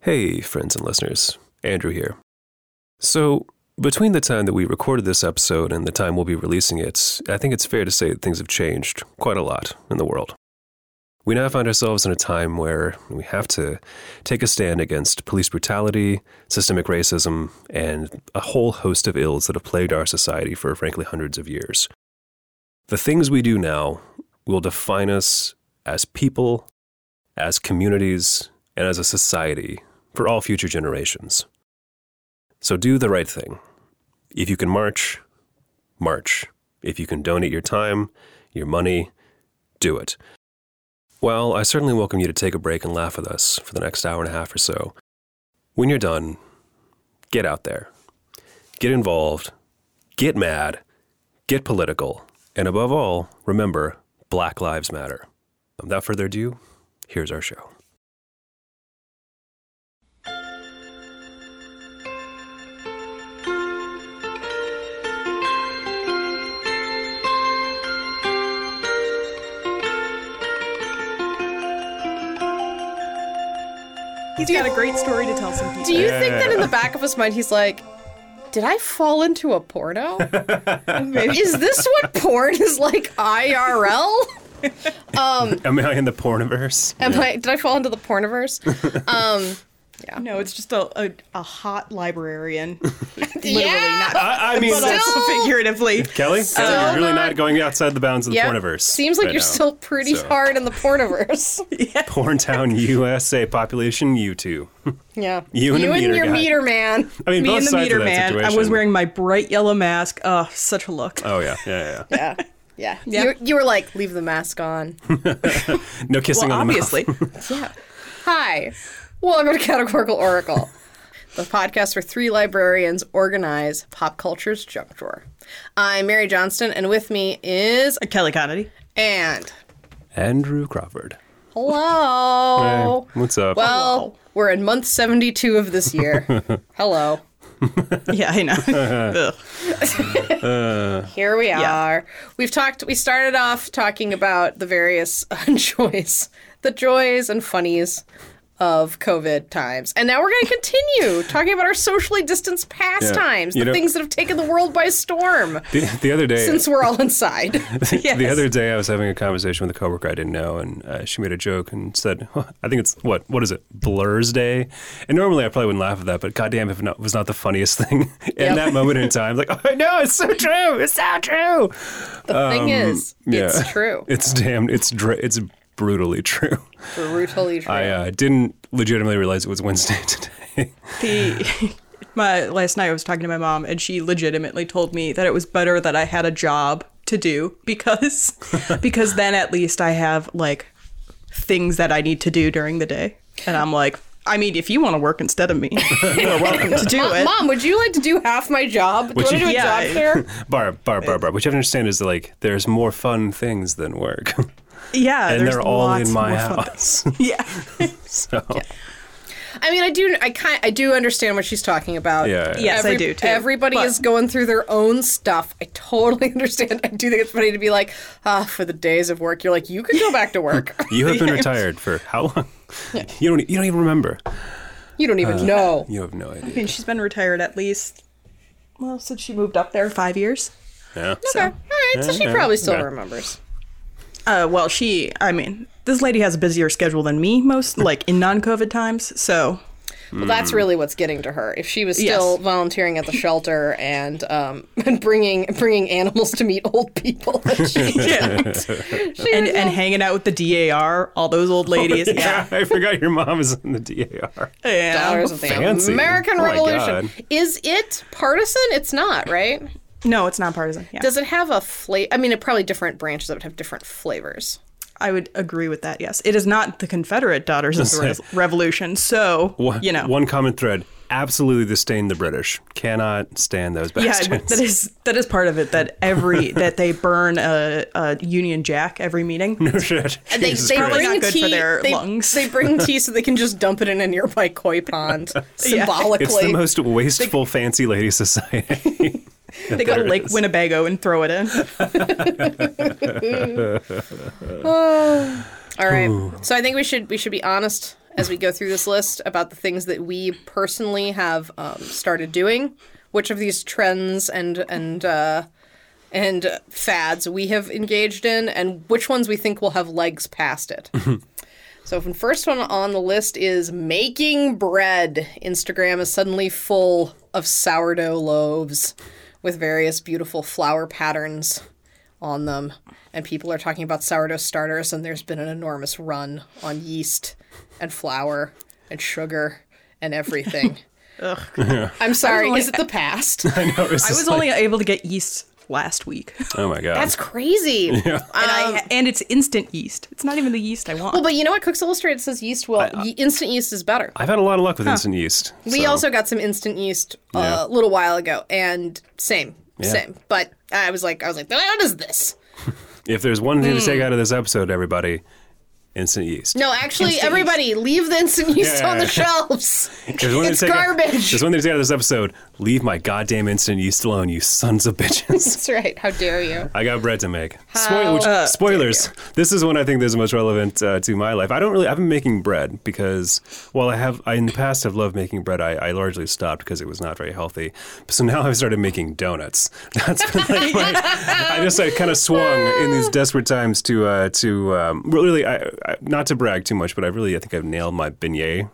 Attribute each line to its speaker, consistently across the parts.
Speaker 1: Hey, friends and listeners, Andrew here. So, between the time that we recorded this episode and the time we'll be releasing it, I think it's fair to say that things have changed quite a lot in the world. We now find ourselves in a time where we have to take a stand against police brutality, systemic racism, and a whole host of ills that have plagued our society for, frankly, hundreds of years. The things we do now will define us as people, as communities, and as a society for all future generations. So do the right thing. If you can march, march. If you can donate your time, your money, do it. Well, I certainly welcome you to take a break and laugh with us for the next hour and a half or so. When you're done, get out there, get involved, get mad, get political, and above all, remember Black Lives Matter. Without further ado, here's our show.
Speaker 2: He's got a great story to tell some people.
Speaker 3: Do you think that in the back of his mind he's like, did I fall into a porno? is this what porn is like IRL?
Speaker 1: Am I in the porniverse?
Speaker 3: Am I did I fall into the porniverse? Um
Speaker 2: No, it's just a, a, a hot librarian. Literally,
Speaker 3: yeah.
Speaker 2: not
Speaker 1: I, I mean,
Speaker 2: but also
Speaker 3: Still-
Speaker 2: figuratively.
Speaker 1: Kelly, Kelly, you're really
Speaker 3: not-
Speaker 1: not going outside the bounds of the
Speaker 3: Yeah.
Speaker 1: porniverse.
Speaker 3: Seems like
Speaker 1: right
Speaker 3: you're
Speaker 1: now.
Speaker 3: still pretty
Speaker 1: So,
Speaker 3: hard in the porniverse.
Speaker 1: Porntown, USA, population you two.
Speaker 3: yeah.
Speaker 1: You and the meter
Speaker 3: your
Speaker 1: guy.
Speaker 3: meter man.
Speaker 1: I mean,
Speaker 2: Me
Speaker 1: both
Speaker 2: and the
Speaker 1: sides
Speaker 2: meter
Speaker 1: of that
Speaker 2: man.
Speaker 1: situation.
Speaker 2: I was wearing my bright yellow mask. Oh, such a look.
Speaker 1: Oh yeah, yeah, yeah.
Speaker 3: Yeah. Yeah.
Speaker 2: Yeah.
Speaker 3: You, you were like, leave the mask on.
Speaker 1: No kissing
Speaker 2: well,
Speaker 1: on the mouth.
Speaker 2: obviously.
Speaker 3: Yeah. Hi. Welcome to Categorical Oracle, the podcast where three librarians organize pop culture's junk drawer. I'm Mary Johnston, and with me is
Speaker 2: Kelly Connolly.
Speaker 3: and
Speaker 1: Andrew Crawford.
Speaker 3: hello.
Speaker 1: Hey, what's up?
Speaker 3: Well,
Speaker 2: Hello.
Speaker 3: we're in month 72 of this year. hello.
Speaker 2: Yeah, I know. Ugh.
Speaker 3: Here we
Speaker 2: Yeah.
Speaker 3: are. We've talked, we started off talking about the various joys, the joys and funnies of COVID times. And now we're going to continue talking about our socially distanced pastimes,
Speaker 1: You
Speaker 3: the
Speaker 1: know-
Speaker 3: things that have taken the world by storm
Speaker 1: the, the other day,
Speaker 3: since we're all inside.
Speaker 2: Yes.
Speaker 1: the other day, I was having a conversation with a coworker I didn't know, and uh, she made a joke and said, "Huh, "I think it's what? What is it? Blur's Day?" And normally, I probably wouldn't laugh at that, but goddamn, if it was not the funniest thing in
Speaker 3: Yep.
Speaker 1: that moment in time, like, oh no, it's so true, it's so true.
Speaker 3: The thing is,
Speaker 1: Um, Yeah.
Speaker 3: it's true.
Speaker 1: It's damn. It's dr- it's brutally true.
Speaker 3: Brutally true.
Speaker 1: I uh, didn't legitimately realize it was Wednesday today.
Speaker 2: The, my, last night I was talking to my mom, and she legitimately told me that it was better that I had a job to do because because then at least I have like things that I need to do during the day. And I'm like, I mean, if you want to work instead of me, you're welcome to do
Speaker 3: Mom,
Speaker 2: it.
Speaker 3: Mom, would you like to do half my job? Do you
Speaker 1: Would
Speaker 3: want to
Speaker 1: you-
Speaker 3: do a
Speaker 2: Yeah.
Speaker 3: job fair?
Speaker 1: Barb, Barb, Barb, Barb. What you have to understand is that, like there's more fun things than work,
Speaker 2: Yeah,
Speaker 1: and
Speaker 2: there's
Speaker 1: they're all
Speaker 2: lots
Speaker 1: in my
Speaker 2: more fun things.
Speaker 1: house.
Speaker 2: Yeah,
Speaker 1: so
Speaker 3: I mean, I do. I kind. I do understand what she's talking about.
Speaker 1: Yeah.
Speaker 2: Yes, I do, too.
Speaker 3: Everybody
Speaker 2: But-
Speaker 3: is going through their own stuff. I totally understand. I do think it's funny to be like, ah, for the days of work, you're like, you could go back to work.
Speaker 1: you have been retired for how long? You don't. e, You don't even remember.
Speaker 3: you don't
Speaker 1: Uh,
Speaker 3: even know.
Speaker 1: You have no idea.
Speaker 2: I mean, she's been retired at least well since she moved up there five years.
Speaker 1: Yeah.
Speaker 3: Okay. All right. So she
Speaker 1: Yeah,
Speaker 3: probably still
Speaker 1: yeah.
Speaker 3: remembers.
Speaker 2: Uh, well, she, I mean, this lady has a busier schedule than me most, like in non-COVID times. So
Speaker 1: Mm.
Speaker 3: Well, that's really what's getting to her. If she was
Speaker 2: Yes.
Speaker 3: still volunteering at the shelter and um and bringing bringing animals to meet old people, that she,
Speaker 2: yeah,
Speaker 3: she
Speaker 2: and
Speaker 3: would
Speaker 2: and
Speaker 3: know.
Speaker 2: hanging out with the DAR, all those old ladies.
Speaker 1: Oh, Yeah, I forgot your mom is in the DAR.
Speaker 2: yeah.
Speaker 3: dollars of the
Speaker 1: Fancy.
Speaker 3: American
Speaker 1: Oh my
Speaker 3: Revolution.
Speaker 1: God.
Speaker 3: Is it partisan? It's not, right?
Speaker 2: No, it's nonpartisan. Yeah,
Speaker 3: Does it have a flavor? I mean, it probably different branches that would have different flavors.
Speaker 2: I would agree with that. Yes, it is not the Confederate Daughters of the Re- Revolution. So
Speaker 1: One-
Speaker 2: you know,
Speaker 1: one common thread: absolutely disdain the British. Cannot stand those
Speaker 2: yeah,
Speaker 1: bastards.
Speaker 2: that is that is part of it. That every that they burn a, a Union Jack every meeting.
Speaker 1: No shit. Jesus Christ.
Speaker 2: bring- not good for their
Speaker 3: they,
Speaker 2: lungs.
Speaker 3: They bring tea so they can just dump it in a nearby koi pond symbolically.
Speaker 1: It's the most wasteful fancy lady society.
Speaker 2: They go to
Speaker 1: There it
Speaker 2: Lake
Speaker 1: is.
Speaker 2: Winnebago and throw it in.
Speaker 3: All right. So I think we should we should be honest as we go through this list about the things that we personally have um, started doing, which of these trends and and uh, and uh, fads we have engaged in, and which ones we think will have legs past it. So, the first one on the list is making bread. Instagram is suddenly full of sourdough loaves with various beautiful flower patterns on them. And people are talking about sourdough starters, and there's been an enormous run on yeast and flour and sugar and everything. I'm sorry, is it the past?
Speaker 1: I know. It's
Speaker 2: I
Speaker 1: just
Speaker 2: was
Speaker 1: like,
Speaker 2: only able to get yeast last week, and,
Speaker 1: Oh my god.
Speaker 3: That's crazy. Um,
Speaker 2: I, and it's instant yeast. It's not even the yeast I want.
Speaker 3: Well, but you know what? Cooks Illustrated says yeast will, ye- instant yeast is better.
Speaker 1: I've had a lot of luck with instant yeast.
Speaker 3: We
Speaker 1: so-
Speaker 3: also got some instant yeast uh,
Speaker 1: Yeah.
Speaker 3: a little while ago, and same, same. But I was like, I was like, what is this?
Speaker 1: If there's one thing to take out of this episode, everybody, instant yeast.
Speaker 3: No, actually, everybody, leave the instant yeast
Speaker 1: Yeah.
Speaker 3: on the shelves.
Speaker 1: There's one thing
Speaker 3: it's
Speaker 1: to take out-
Speaker 3: garbage.
Speaker 1: there's one thing to take out of this episode. Leave my goddamn instant yeast alone, you sons of bitches.
Speaker 3: That's right. How dare you?
Speaker 1: I got bread to make. Spoil- which- spoilers. This is one I think that's most relevant uh, to my life. I don't really. I've been making bread because while I have I, in the past have loved making bread, I, I largely stopped because it was not very healthy. So now I've started making donuts. That's been like my, I just I kind of swung in these desperate times to uh, to um, really I, I, not to brag too much, but I really I think I've nailed my beignet.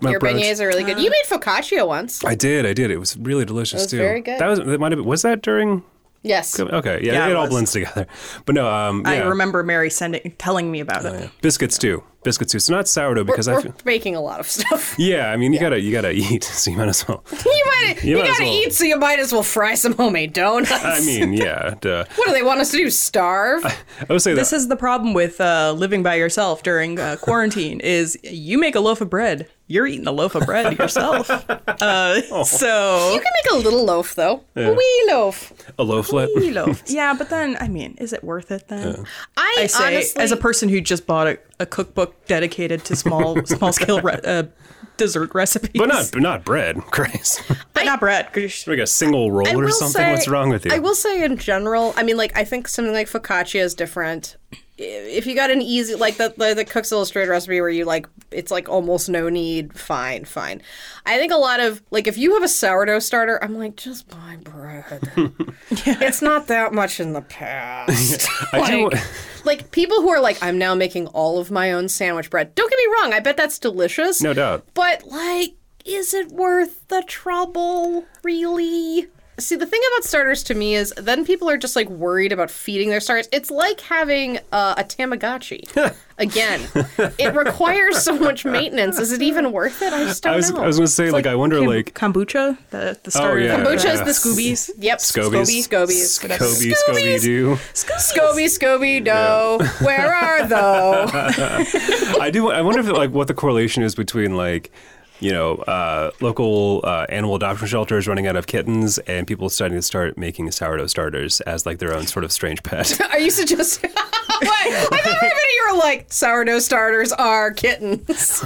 Speaker 1: my
Speaker 3: Your
Speaker 1: approach.
Speaker 3: beignets are really good. You made focaccia once.
Speaker 1: I did, I did. It was really delicious
Speaker 3: was
Speaker 1: too.
Speaker 3: very good.
Speaker 1: That was that might have been, was that during
Speaker 3: Yes.
Speaker 1: Okay, yeah,
Speaker 2: Yeah,
Speaker 1: it,
Speaker 2: it
Speaker 1: all
Speaker 2: was.
Speaker 1: blends together. But no, um, yeah. Oh,
Speaker 2: I remember Mary sending, telling me about it.
Speaker 1: biscuits too. Biscuits too. It's not sourdough because I
Speaker 3: We're
Speaker 1: feel,
Speaker 3: making a lot of stuff.
Speaker 1: yeah, I mean you gotta you gotta eat, so you might as well.
Speaker 3: You might you,
Speaker 1: might as
Speaker 3: gotta
Speaker 1: well.
Speaker 3: eat, so you might as well fry some homemade donuts.
Speaker 1: I mean, yeah, duh.
Speaker 3: what do they want us to do? Starve?
Speaker 1: I would say
Speaker 2: This
Speaker 1: that.
Speaker 2: is the problem with uh, living by yourself during uh, quarantine: is you make a loaf of bread, you're eating a loaf of bread yourself. Uh,
Speaker 1: Oh.
Speaker 2: So
Speaker 3: You can make a little loaf though. A wee loaf.
Speaker 1: A loaflet.
Speaker 2: Wee loaf. yeah, but then I mean, is it worth it then?
Speaker 3: I,
Speaker 2: I say,
Speaker 3: honestly,
Speaker 2: as a person who just bought a, a cookbook dedicated to small small scale re- uh, dessert recipes,
Speaker 1: But not but not bread. Christ.
Speaker 2: but not bread. 'cause
Speaker 1: like a single roll
Speaker 3: I
Speaker 1: or
Speaker 3: will
Speaker 1: something.
Speaker 3: say-
Speaker 1: What's wrong with you?
Speaker 3: I will say in general, I mean, like I think something like focaccia is different. I- If you got an easy, like the the, the Cook's Illustrated recipe where you like it's like almost no need, fine, fine. I think a lot of like if you have a sourdough starter, I'm like just buy bread. It's not that much in the past.
Speaker 1: I do-
Speaker 3: like, like people who are like, I'm now making all of my own sandwich bread. Don't get me wrong, I bet that's delicious.
Speaker 1: No doubt.
Speaker 3: But like, is it worth the trouble, really? See, the thing about starters to me is then people are just like worried about feeding their starters. It's like having uh, a Tamagotchi. Again, it requires so much maintenance. Is it even worth it? I just don't
Speaker 1: I was
Speaker 3: know.
Speaker 1: I was gonna say like, I wonder
Speaker 2: Kim-
Speaker 1: like Oh,
Speaker 2: kombucha, the the starter.
Speaker 1: yeah.
Speaker 3: Kombucha
Speaker 1: Kombucha's
Speaker 3: is the Scoobies. Yep.
Speaker 1: Scobies.
Speaker 3: Scobies. Scobies.
Speaker 1: Kobe Scooby Doo.
Speaker 3: Scooby, Scooby, Doo. Where are thou?
Speaker 1: I do. I wonder if like what the correlation is between like you know uh, local uh, animal adoption shelters running out of kittens and people starting to start making sourdough starters as like their own sort of strange pet.
Speaker 3: Are you suggesting? Wait, I thought everybody you were like sourdough starters are kittens.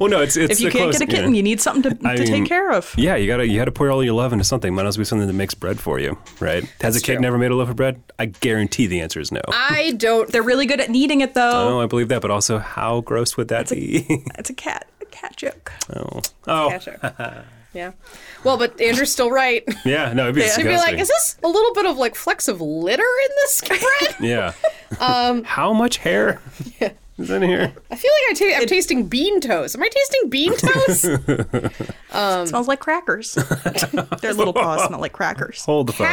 Speaker 1: well, no, it's it's
Speaker 2: If you
Speaker 1: the
Speaker 2: can't
Speaker 1: close-
Speaker 2: get a kitten, you need something to,
Speaker 1: I
Speaker 2: to
Speaker 1: mean,
Speaker 2: take care of.
Speaker 1: Yeah, you gotta you gotta pour all your love into something. Might as well be something that makes bread for you, right? Has a kid
Speaker 3: true.
Speaker 1: never made a loaf of bread? I guarantee the answer is no.
Speaker 3: I don't.
Speaker 2: They're really good at kneading it though.
Speaker 1: oh, I believe that, but also, how gross would that be?
Speaker 2: It's a cat a cat joke.
Speaker 1: oh, oh,
Speaker 3: yeah. Well, but Andrew's still right.
Speaker 1: yeah, no, it'd be
Speaker 3: I'd
Speaker 1: disgusting.
Speaker 3: be like, is this a little bit of like flecks of litter in this bread?
Speaker 1: yeah. Um, how much hair is in here?
Speaker 3: I feel like I ta- I'm tasting bean toast. Am I tasting bean toast?
Speaker 2: it smells like crackers. Their little paws smell like crackers.
Speaker 1: Hold the phone.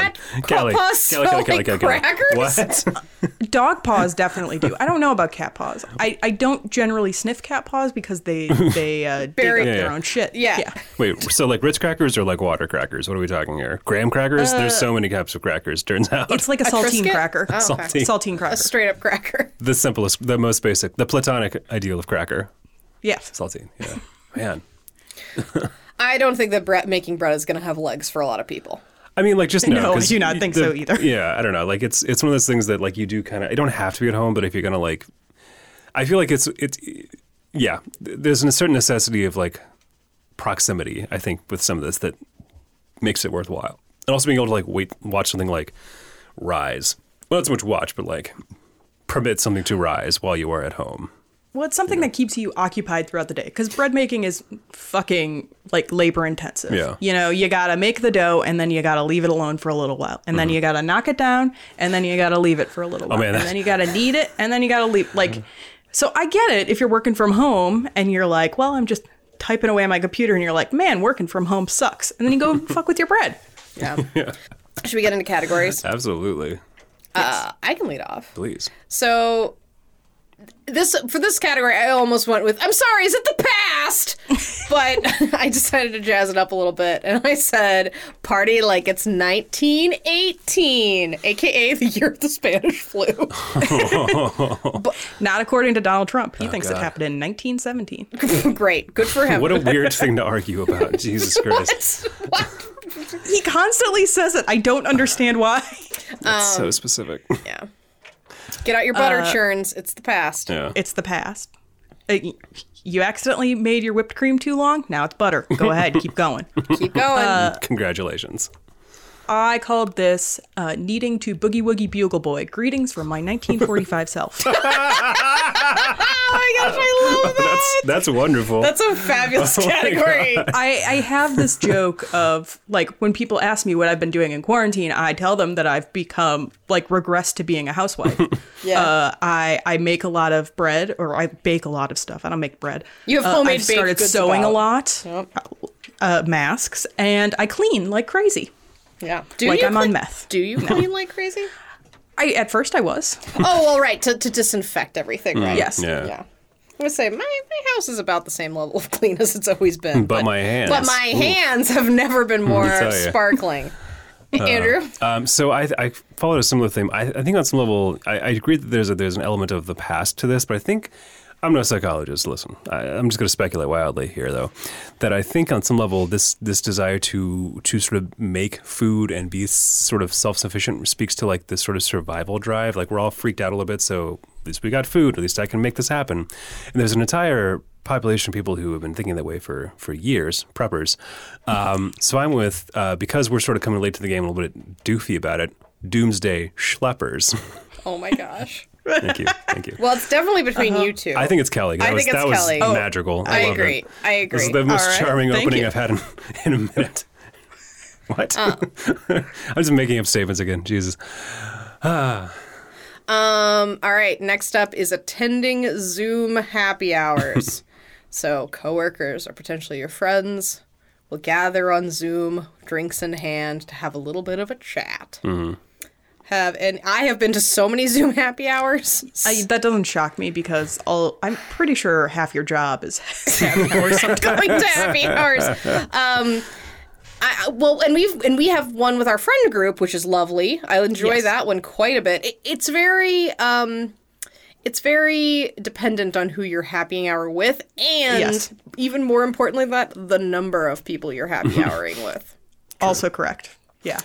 Speaker 3: Cat paws smell like crackers?
Speaker 1: What?
Speaker 2: Dog paws definitely do. I don't know about cat paws. I, I don't generally sniff cat paws because they they uh, dig
Speaker 3: Bury-
Speaker 2: up
Speaker 1: Yeah,
Speaker 2: their
Speaker 1: yeah.
Speaker 2: own shit.
Speaker 3: Yeah.
Speaker 1: Wait, so like Ritz crackers or like water crackers? What are we talking here? Graham crackers? There's so many types of crackers, turns out.
Speaker 2: Uh, It's like a, saltine
Speaker 3: Triscuit?
Speaker 2: cracker.
Speaker 3: Oh, okay.
Speaker 1: Saltine.
Speaker 2: Saltine
Speaker 3: A
Speaker 2: cracker.
Speaker 3: straight up cracker.
Speaker 1: the simplest, the most basic, the platonic ideal of cracker.
Speaker 2: Yeah.
Speaker 1: Saltine, yeah. Man.
Speaker 3: I don't think that bread, making bread is going to have legs for a lot of people.
Speaker 1: I mean, like, just no.
Speaker 2: No, I
Speaker 1: 'cause
Speaker 2: do not
Speaker 1: you-
Speaker 2: think
Speaker 1: the-
Speaker 2: so either.
Speaker 1: Yeah, I don't know. Like, it's it's one of those things that like you do kind of. You don't have to be at home, but if you're gonna like, I feel like it's it's yeah. th- There's a certain necessity of like proximity. I think with some of this that makes it worthwhile, and also being able to like wait watch something like rise. Well, not so much watch, but like permit something to rise while you are at home.
Speaker 2: Well, it's something that keeps you occupied throughout the day because bread making is fucking like labor intensive.
Speaker 1: Yeah.
Speaker 2: You know, you gotta make the dough and then you gotta leave it alone for a little while. And then you gotta knock it down and then you gotta leave it for a little while.
Speaker 1: Mm-hmm. Oh, man, Mm-hmm. that-
Speaker 2: and then you gotta knead it and then you gotta leave. Like, so I get it if you're working from home and you're like, well, I'm just typing away on my computer and you're like, man, working from home sucks. And then you go fuck with your bread.
Speaker 3: Yeah. Should we get into categories?
Speaker 1: Absolutely.
Speaker 3: Uh, I can lead off.
Speaker 1: Please.
Speaker 3: So this for this category, I almost went with. I'm sorry, is it the past? but I decided to jazz it up a little bit, and I said, "Party like it's 1918, aka the year of the Spanish flu."
Speaker 2: Not according to Donald Trump. He thinks
Speaker 1: Oh, God.
Speaker 2: it happened in 1917.
Speaker 3: Great, good for him.
Speaker 1: What a weird thing to argue about. Jesus Christ.
Speaker 3: What? What?
Speaker 2: He constantly says it. I don't understand why.
Speaker 1: That's
Speaker 2: Um,
Speaker 1: so specific.
Speaker 3: Yeah. Get out your butter
Speaker 2: Uh,
Speaker 3: churns. It's the past.
Speaker 1: Yeah.
Speaker 2: It's the past. Uh, y- You accidentally made your whipped cream too long. Now it's butter. Go ahead, keep going.
Speaker 3: Keep going.
Speaker 2: Uh,
Speaker 1: Congratulations.
Speaker 2: I called this uh, needing to boogie woogie bugle boy. Greetings from my 1945 self.
Speaker 3: oh my gosh, I love that.
Speaker 1: That's that's wonderful.
Speaker 3: That's a fabulous
Speaker 1: my
Speaker 3: category.
Speaker 2: I, I have this joke of like when people ask me what I've been doing in quarantine, I tell them that I've become like regressed to being a housewife.
Speaker 3: Yeah.
Speaker 2: Uh, I I make a lot of bread or I bake a lot of stuff. I don't make bread.
Speaker 3: You have
Speaker 2: Uh,
Speaker 3: homemade
Speaker 2: I've
Speaker 3: baked
Speaker 2: started
Speaker 3: goods
Speaker 2: sewing
Speaker 3: about.
Speaker 2: a lot.
Speaker 3: Yep.
Speaker 2: Uh, masks and I clean like crazy.
Speaker 3: yeah. Do
Speaker 2: Like
Speaker 3: you
Speaker 2: I'm
Speaker 3: clean-
Speaker 2: on meth.
Speaker 3: Do you clean like crazy?
Speaker 2: I at first I was.
Speaker 3: Oh, well, right. To, to disinfect everything, right?
Speaker 2: Yes.
Speaker 1: Mm, yeah.
Speaker 3: Yeah. I would say my, my house is about the same level of clean as it's always been.
Speaker 1: But my hands.
Speaker 3: But my hands have never been more
Speaker 1: tell ya.
Speaker 3: sparkling. Andrew?
Speaker 1: Um, so I, I followed a similar theme. I, I think on some level, I, I agree that there's a, there's an element of the past to this, but I think I'm no psychologist. Listen, I, I'm just going to speculate wildly here, though, that I think on some level this this desire to to sort of make food and be sort of self sufficient speaks to like this sort of survival drive. Like we're all freaked out a little bit, so at least we got food. At least I can make this happen. And there's an entire population of people who have been thinking that way for for years, preppers. Um, so I'm with uh, because we're sort of coming late to the game, a little bit doofy about it. Doomsday schleppers.
Speaker 3: Oh, my gosh.
Speaker 1: thank you, thank you.
Speaker 3: Well, it's definitely between you two.
Speaker 1: I think it's Kelly. That
Speaker 3: I
Speaker 1: was,
Speaker 3: think it's
Speaker 1: that was
Speaker 3: Kelly. Oh,
Speaker 1: magical.
Speaker 3: I
Speaker 1: love
Speaker 3: agree.
Speaker 1: It.
Speaker 3: I agree.
Speaker 1: This is the most
Speaker 2: All right.
Speaker 1: charming
Speaker 2: Thank
Speaker 1: opening
Speaker 2: you.
Speaker 1: I've had in, in a minute. What?
Speaker 3: Uh.
Speaker 1: I'm just making up statements again. Jesus.
Speaker 3: Um, all right, next up is attending Zoom happy hours. so, coworkers or potentially your friends will gather on Zoom, drinks in hand, to have a little bit of a chat. Have and I have been to so many Zoom happy hours.
Speaker 2: I, that doesn't shock me because all, I'm pretty sure half your job is happy hours. sometimes.
Speaker 3: going to happy hours. Um, I, I- well, and we've and we have one with our friend group, which is lovely. I enjoy that one quite a bit. It, it's very, um, it's very dependent on who you're happy hour with, and
Speaker 2: Yes.
Speaker 3: even more importantly, than that the number of people you're happy houring with.
Speaker 2: also correct. Yeah.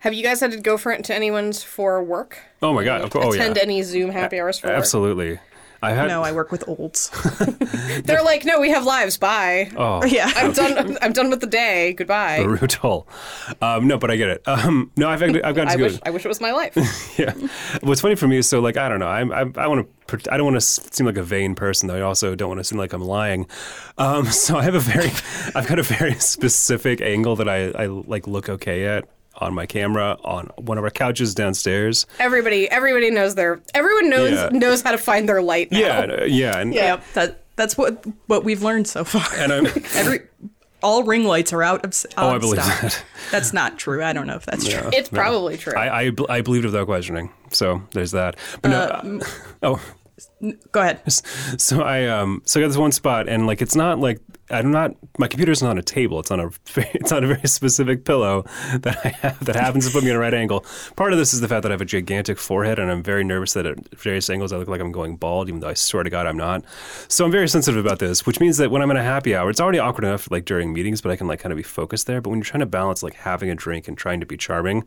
Speaker 3: Have you guys had to go for to anyone's for work?
Speaker 1: Oh my God. Of course. Oh yeah.
Speaker 3: Attend any Zoom happy hours for work?
Speaker 1: Absolutely. I had.
Speaker 2: No, I work with olds.
Speaker 3: They're like, no, we have lives. Bye.
Speaker 1: oh.
Speaker 2: yeah.
Speaker 3: I'm done. I'm done with the day. Goodbye.
Speaker 1: Root hole. Um, no, but I get it. Um, no, I've I've gotten
Speaker 3: I
Speaker 1: to go.
Speaker 3: wish. I wish it was my life.
Speaker 1: yeah. What's funny for me is so like I don't know. I'm, I'm I want to I don't want to seem like a vain person though. I also don't want to seem like I'm lying. Um, so I have a very I've got a very specific angle that I I like look okay at on my camera on one of our couches downstairs.
Speaker 3: Everybody, everybody knows their. Everyone knows
Speaker 1: Yeah.
Speaker 3: knows how to find their light. Now.
Speaker 1: Yeah, and, uh, yeah, and
Speaker 2: Yep. That that's what what we've learned so far.
Speaker 1: and I'm
Speaker 2: Every all ring lights are out of s-
Speaker 1: oh I
Speaker 2: of
Speaker 1: believe
Speaker 2: stock.
Speaker 1: that.
Speaker 2: That's not true. I don't know if that's true.
Speaker 3: it's probably true.
Speaker 1: I I, bel- I believed without questioning. So there's that. But no. uh, oh.
Speaker 2: Go ahead.
Speaker 1: So I um so I got this one spot and like it's not like I'm not my computer's not on a table it's on a it's on a very specific pillow that I have that happens to put me in a right angle. Part of this is the fact that I have a gigantic forehead and I'm very nervous that at various angles I look like I'm going bald even though I swear to God I'm not. So I'm very sensitive about this, which means that when I'm in a happy hour it's already awkward enough like during meetings but I can like kind of be focused there. But when you're trying to balance like having a drink and trying to be charming,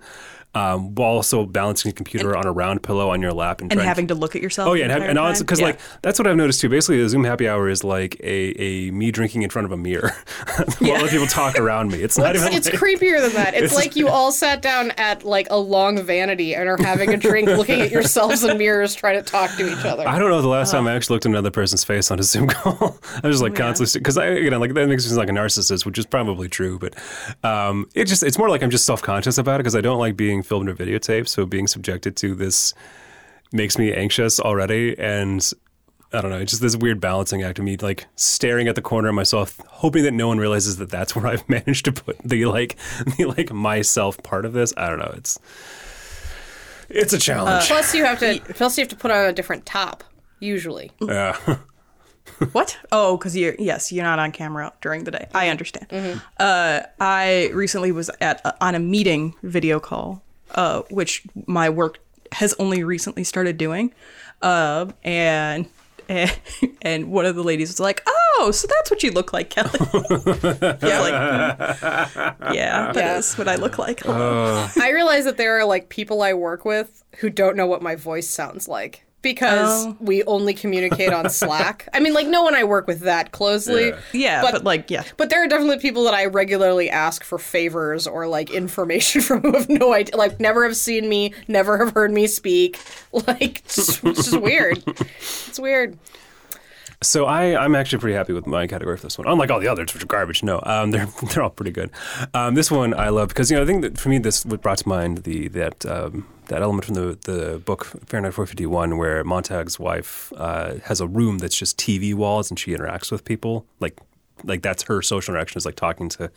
Speaker 1: um, while also balancing a computer on a round pillow on your lap and,
Speaker 2: And
Speaker 1: trying to
Speaker 2: having to look at yourself.
Speaker 1: Oh yeah, and,
Speaker 2: the
Speaker 1: have,
Speaker 2: entire
Speaker 1: and on
Speaker 2: time.
Speaker 1: because
Speaker 3: yeah.
Speaker 1: like that's what I've noticed too. Basically, the Zoom happy hour is like a, a me drinking in front of a mirror while other people talk around me. It's not even.
Speaker 3: It's
Speaker 1: like,
Speaker 3: creepier than that. It's,
Speaker 1: It's-
Speaker 3: like you all sat down at like a long vanity and are having a drink, looking at yourselves in mirrors, trying to talk to each other.
Speaker 1: I don't know the last time I actually looked at another person's face on a Zoom call. I was just like constantly because I you know like that makes me sound like a narcissist, which is probably true, but um, it just it's more like I'm just self conscious about it because I don't like being filmed or videotaped, so being subjected to this makes me anxious already and. I don't know. It's just this weird balancing act of me like staring at the corner of myself, hoping that no one realizes that that's where I've managed to put the like the like myself part of this. I don't know. It's it's a challenge.
Speaker 3: Plus, you have to. Plus, you have to put on a different top. Usually,
Speaker 1: Yeah.
Speaker 2: What? Oh, because you're yes, you're not on camera during the day. I understand. Uh, I recently was at on a meeting video call, uh, which my work has only recently started doing, uh, and. And, and one of the ladies was like, "Oh, so that's what you look like, Kelly." yeah, like, mm. yeah, that is
Speaker 3: Yeah.
Speaker 2: what I look like. Hello.
Speaker 3: I realize that there are like people I work with who don't know what my voice sounds like because
Speaker 2: Oh.
Speaker 3: we only communicate on Slack. I mean, like no one I work with that closely.
Speaker 2: yeah, but, like, yeah,
Speaker 3: But there are definitely people that I regularly ask for favors or like information from who have no idea, like never have seen me, never have heard me speak. Like, it's it's just weird. It's weird.
Speaker 1: So I, I'm actually pretty happy with my category for this one. Unlike all the others, which are garbage. No, um, they're they're all pretty good. Um, this one I love because you know I think that for me this what brought to mind the that um, that element from the the book Fahrenheit 451 where Montag's wife uh, has a room that's just TV walls and she interacts with people like like that's her social interaction is like talking to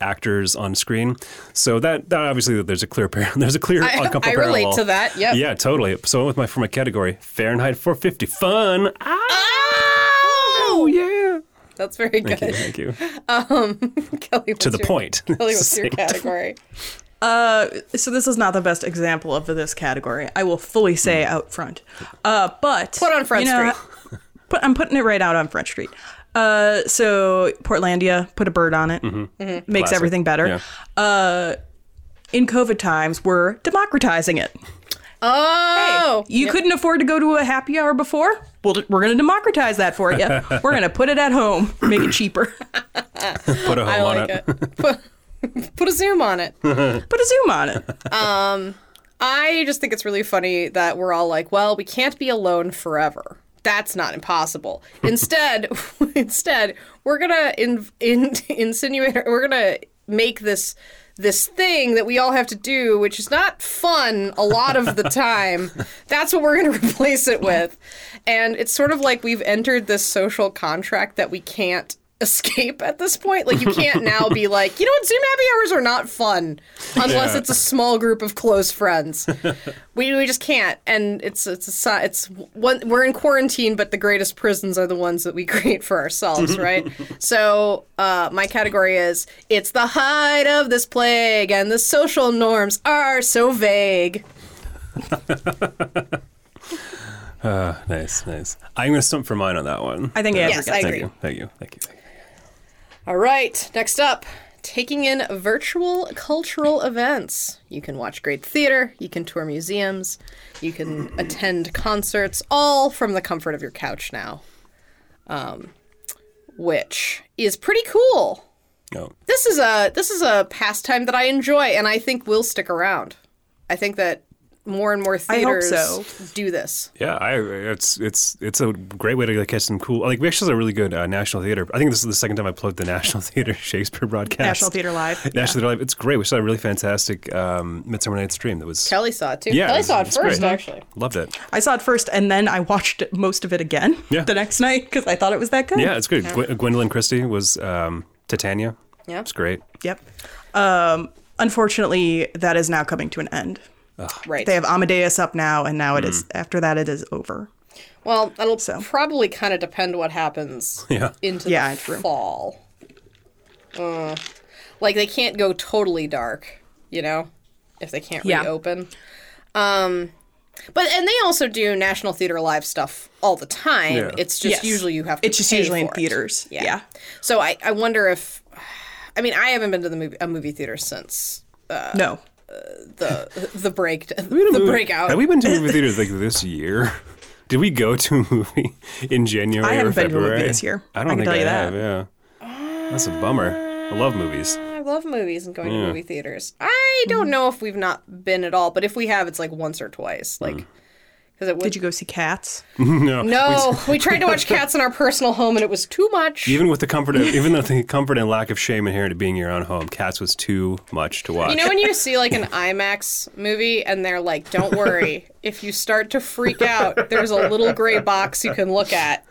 Speaker 1: actors on screen. So that that obviously there's a clear par- there's a clear
Speaker 3: I-
Speaker 1: a couple
Speaker 3: I relate
Speaker 1: parallel.
Speaker 3: to that, yep.
Speaker 1: Yeah, totally. So I went with my for my category Fahrenheit 450 fun. Ah!
Speaker 3: Oh,
Speaker 1: yeah.
Speaker 3: That's very good.
Speaker 1: Okay, thank you.
Speaker 3: Kelly,
Speaker 1: To the
Speaker 3: what's your-
Speaker 1: point.
Speaker 3: Kelly, what's your
Speaker 1: Succinct.
Speaker 3: category?
Speaker 2: Uh, so this is not the best example of this category. I will fully say
Speaker 1: Hmm.
Speaker 2: out front. Uh, but
Speaker 3: Put on Front
Speaker 2: But I'm putting it right out on Front Street. Uh, so Portlandia put a bird on it,
Speaker 3: Mm-hmm.
Speaker 2: makes
Speaker 1: Mm-hmm. Classic.
Speaker 2: everything better.
Speaker 1: Yeah.
Speaker 2: Uh, in COVID times, we're democratizing it.
Speaker 3: Oh,
Speaker 2: You couldn't afford to go to a happy hour before. Well, we're going to democratize that for you. we're going to put it at home, make it cheaper.
Speaker 1: Put a home
Speaker 3: I
Speaker 1: on
Speaker 3: like
Speaker 1: it.
Speaker 3: it. Put- Put a zoom on it.
Speaker 2: put a Zoom on it.
Speaker 3: I just think it's really funny that we're all like, well, we can't be alone forever. That's not impossible. Instead, instead, we're gonna in, in, insinuate. We're gonna make this this thing that we all have to do, which is not fun a lot of the time. That's what we're gonna replace it with, and it's sort of like we've entered this social contract that we can't escape at this point. Like you can't now be like, you know what, Zoom happy hours are not fun unless
Speaker 1: Yeah.
Speaker 3: it's a small group of close friends. we we just can't, and it's it's a, si- it's one we're in quarantine, but the greatest prisons are the ones that we create for ourselves, right? so uh, my category is it's the height of this plague, and the social norms are so vague.
Speaker 1: Nice, nice. I'm going to stump for mine on that one.
Speaker 2: I think Andrew
Speaker 3: Yes,
Speaker 2: gets
Speaker 3: I
Speaker 2: it.
Speaker 1: Thank
Speaker 3: agree.
Speaker 1: you. Thank you. Thank you. Thank you.
Speaker 3: All right, next up, taking in virtual cultural events. You can watch great theater, you can tour museums, you can attend concerts, all from the comfort of your couch now. Um, which is pretty cool.
Speaker 1: No.
Speaker 3: This is a this is a pastime that I enjoy and I think will stick around. I think that more and more
Speaker 2: I hope
Speaker 3: theaters
Speaker 2: so.
Speaker 3: do this.
Speaker 1: Yeah, I, it's it's it's a great way to like, catch some cool. Like we actually have a really good uh, National Theater. I think this is the second time I plugged the National Theater Shakespeare broadcast.
Speaker 2: National Theater Live.
Speaker 1: National Theater Live. It's great. We saw a really fantastic um, Midsummer Night's Dream. That was
Speaker 3: Kelly saw it too.
Speaker 1: yeah,
Speaker 3: Kelly
Speaker 1: was-
Speaker 3: saw it
Speaker 1: was
Speaker 3: first,
Speaker 1: great.
Speaker 3: actually.
Speaker 1: Loved it.
Speaker 2: I saw it first, and then I watched it- most of it again
Speaker 1: Yeah.
Speaker 2: the next night because I thought it was that good.
Speaker 1: Yeah, it's good. Gw- Gwendolyn Christie was um, Titania.
Speaker 3: Yeah.
Speaker 1: it's great.
Speaker 2: Yep. Um, unfortunately, that is now coming to an end.
Speaker 3: Right.
Speaker 2: They have Amadeus up now, and now it is after that it is over.
Speaker 3: Well, that'll probably kind of depend what happens
Speaker 1: Yeah.
Speaker 3: into
Speaker 2: Yeah,
Speaker 3: the
Speaker 2: true.
Speaker 3: fall. Uh, like they can't go totally dark, you know, if they can't
Speaker 2: Yeah.
Speaker 3: reopen. Um, but and they also do National Theater Live stuff all the time.
Speaker 1: Yeah.
Speaker 3: It's just
Speaker 2: Yes.
Speaker 3: usually you have to.
Speaker 2: It's just
Speaker 3: pay
Speaker 2: usually in
Speaker 3: for it.
Speaker 2: theaters.
Speaker 3: Yeah.
Speaker 2: Yeah.
Speaker 3: So I, I wonder if, I mean, I haven't been to the movie a movie theater since
Speaker 2: no.
Speaker 3: the the break the breakout.
Speaker 1: Have we been to movie theaters like this year? Did we go to a movie in January?
Speaker 2: I
Speaker 1: or
Speaker 2: haven't been to a movie
Speaker 1: February?
Speaker 2: this year.
Speaker 1: I don't
Speaker 2: I can
Speaker 1: think
Speaker 2: tell
Speaker 1: I
Speaker 2: you
Speaker 1: have.
Speaker 2: that.
Speaker 1: Yeah, that's a bummer. I love movies.
Speaker 3: I love movies and going to movie theaters. I don't know if we've not been at all, but if we have, it's like once or twice. Like, because it would.
Speaker 2: Did you go see Cats?
Speaker 1: no,
Speaker 3: no, we tried to watch Cats in our personal home, and it was too much.
Speaker 1: Even with the comfort, of, even though the comfort and lack of shame inherent to being in your own home, Cats was too much to watch.
Speaker 3: You know when you see like an IMAX movie and they're like, "Don't worry, if you start to freak out, there's a little gray box you can look at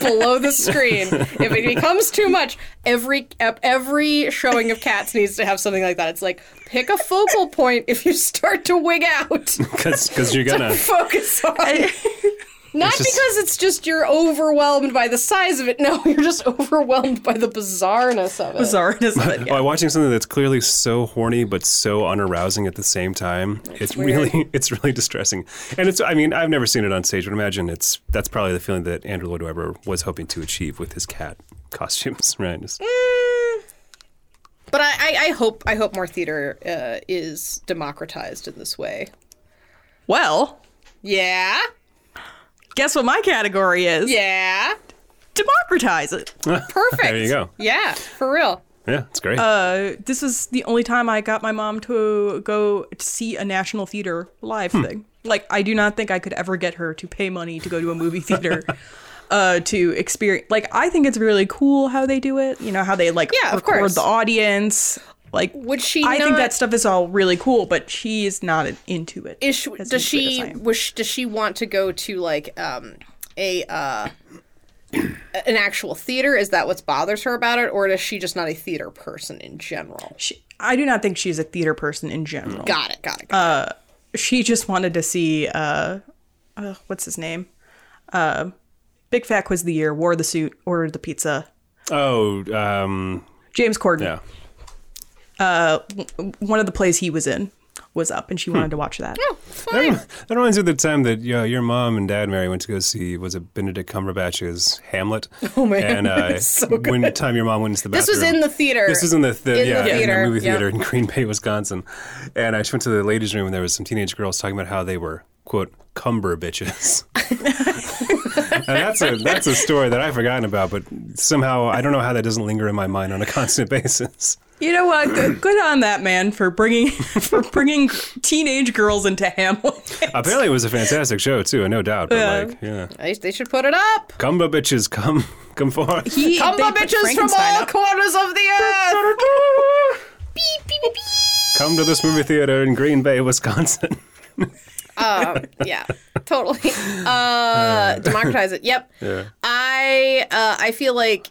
Speaker 3: below the screen. If it becomes too much, every ep- every showing of Cats needs to have something like that. It's like pick a focal point if you start to wig out.
Speaker 1: because you're gonna.
Speaker 3: Focus on. it. Not
Speaker 1: just-
Speaker 3: because it's just you're overwhelmed by the size of it. No, you're just overwhelmed by the bizarreness of it.
Speaker 2: Bizarre, isn't it?
Speaker 1: By watching something that's clearly so horny but so unarousing at the same time, it's, really it's really distressing. And it's I mean I've never seen it on stage, but imagine it's that's probably the feeling that Andrew Lloyd Webber was hoping to achieve with his cat costumes, right? It's-
Speaker 3: But I, I, I hope I hope more theater uh, is democratized in this way.
Speaker 2: Well,
Speaker 3: Yeah,
Speaker 2: guess what my category is?
Speaker 3: yeah,
Speaker 2: Democratize it.
Speaker 3: perfect.
Speaker 1: There you go.
Speaker 3: Yeah, for real.
Speaker 1: Yeah, it's great.
Speaker 2: Uh, this is the only time I got my mom to go to see a National Theater live thing. Like, I do not think I could ever get her to pay money to go to a movie theater. Uh, to experience, like I think it's really cool how they do it. You know how they like
Speaker 3: Yeah, of
Speaker 2: record
Speaker 3: course.
Speaker 2: the audience. Like,
Speaker 3: Would she
Speaker 2: I think
Speaker 3: not-
Speaker 2: that stuff is all really cool, but she is not into it.
Speaker 3: Is she,
Speaker 2: as
Speaker 3: does
Speaker 2: into it as
Speaker 3: she
Speaker 2: I am.
Speaker 3: wish? Does she want to go to like um a uh an actual theater? Is that what bothers her about it, or is she just not a theater person in general?
Speaker 2: She, I do not think she's a theater person in general.
Speaker 3: Got it. Got it.
Speaker 2: Uh,
Speaker 3: Got it.
Speaker 2: she just wanted to see uh, uh what's his name uh big fat quiz of the year wore the suit ordered the pizza
Speaker 1: oh, um,
Speaker 2: james corden
Speaker 1: yeah.
Speaker 2: one of the plays he was in was up and she
Speaker 1: Hmm.
Speaker 2: wanted to watch that
Speaker 3: Oh,
Speaker 1: That,
Speaker 3: fine.
Speaker 1: rem- that reminds me of the time that you know, your mom and dad, Mary, went to go see was it Benedict Cumberbatch's Hamlet? Oh
Speaker 3: man,
Speaker 1: and uh,
Speaker 3: it's so good.
Speaker 1: when the time your mom went into the
Speaker 3: This
Speaker 1: bathroom,
Speaker 3: was in the theater.
Speaker 1: This is in the,
Speaker 3: In
Speaker 1: the
Speaker 3: the
Speaker 1: yeah, in
Speaker 3: theater,
Speaker 1: the movie
Speaker 3: yeah.
Speaker 1: theater in Green Bay, Wisconsin. And I just went to the ladies' room and there was some teenage girls talking about how they were quote cumber bitches. and that's a that's a story that I've forgotten about, but somehow I don't know how that doesn't linger in my mind on a constant basis.
Speaker 2: you know what good, good on that man for bringing for bringing teenage girls into hamlet
Speaker 1: Apparently, it was a fantastic show too, no doubt. But
Speaker 2: Yeah.
Speaker 1: like, yeah,
Speaker 3: They- they should put it up.
Speaker 1: cumber bitches, come come forth.
Speaker 2: He-
Speaker 3: Come
Speaker 2: they
Speaker 3: on,
Speaker 2: put
Speaker 3: bitches from
Speaker 2: Frankenstein
Speaker 3: all
Speaker 2: up.
Speaker 3: corners of the earth. Beep, beep, beep, beep.
Speaker 1: Come to this movie theater in Green Bay, Wisconsin.
Speaker 3: yeah, totally. Uh, democratize it. Yep. I uh, I feel like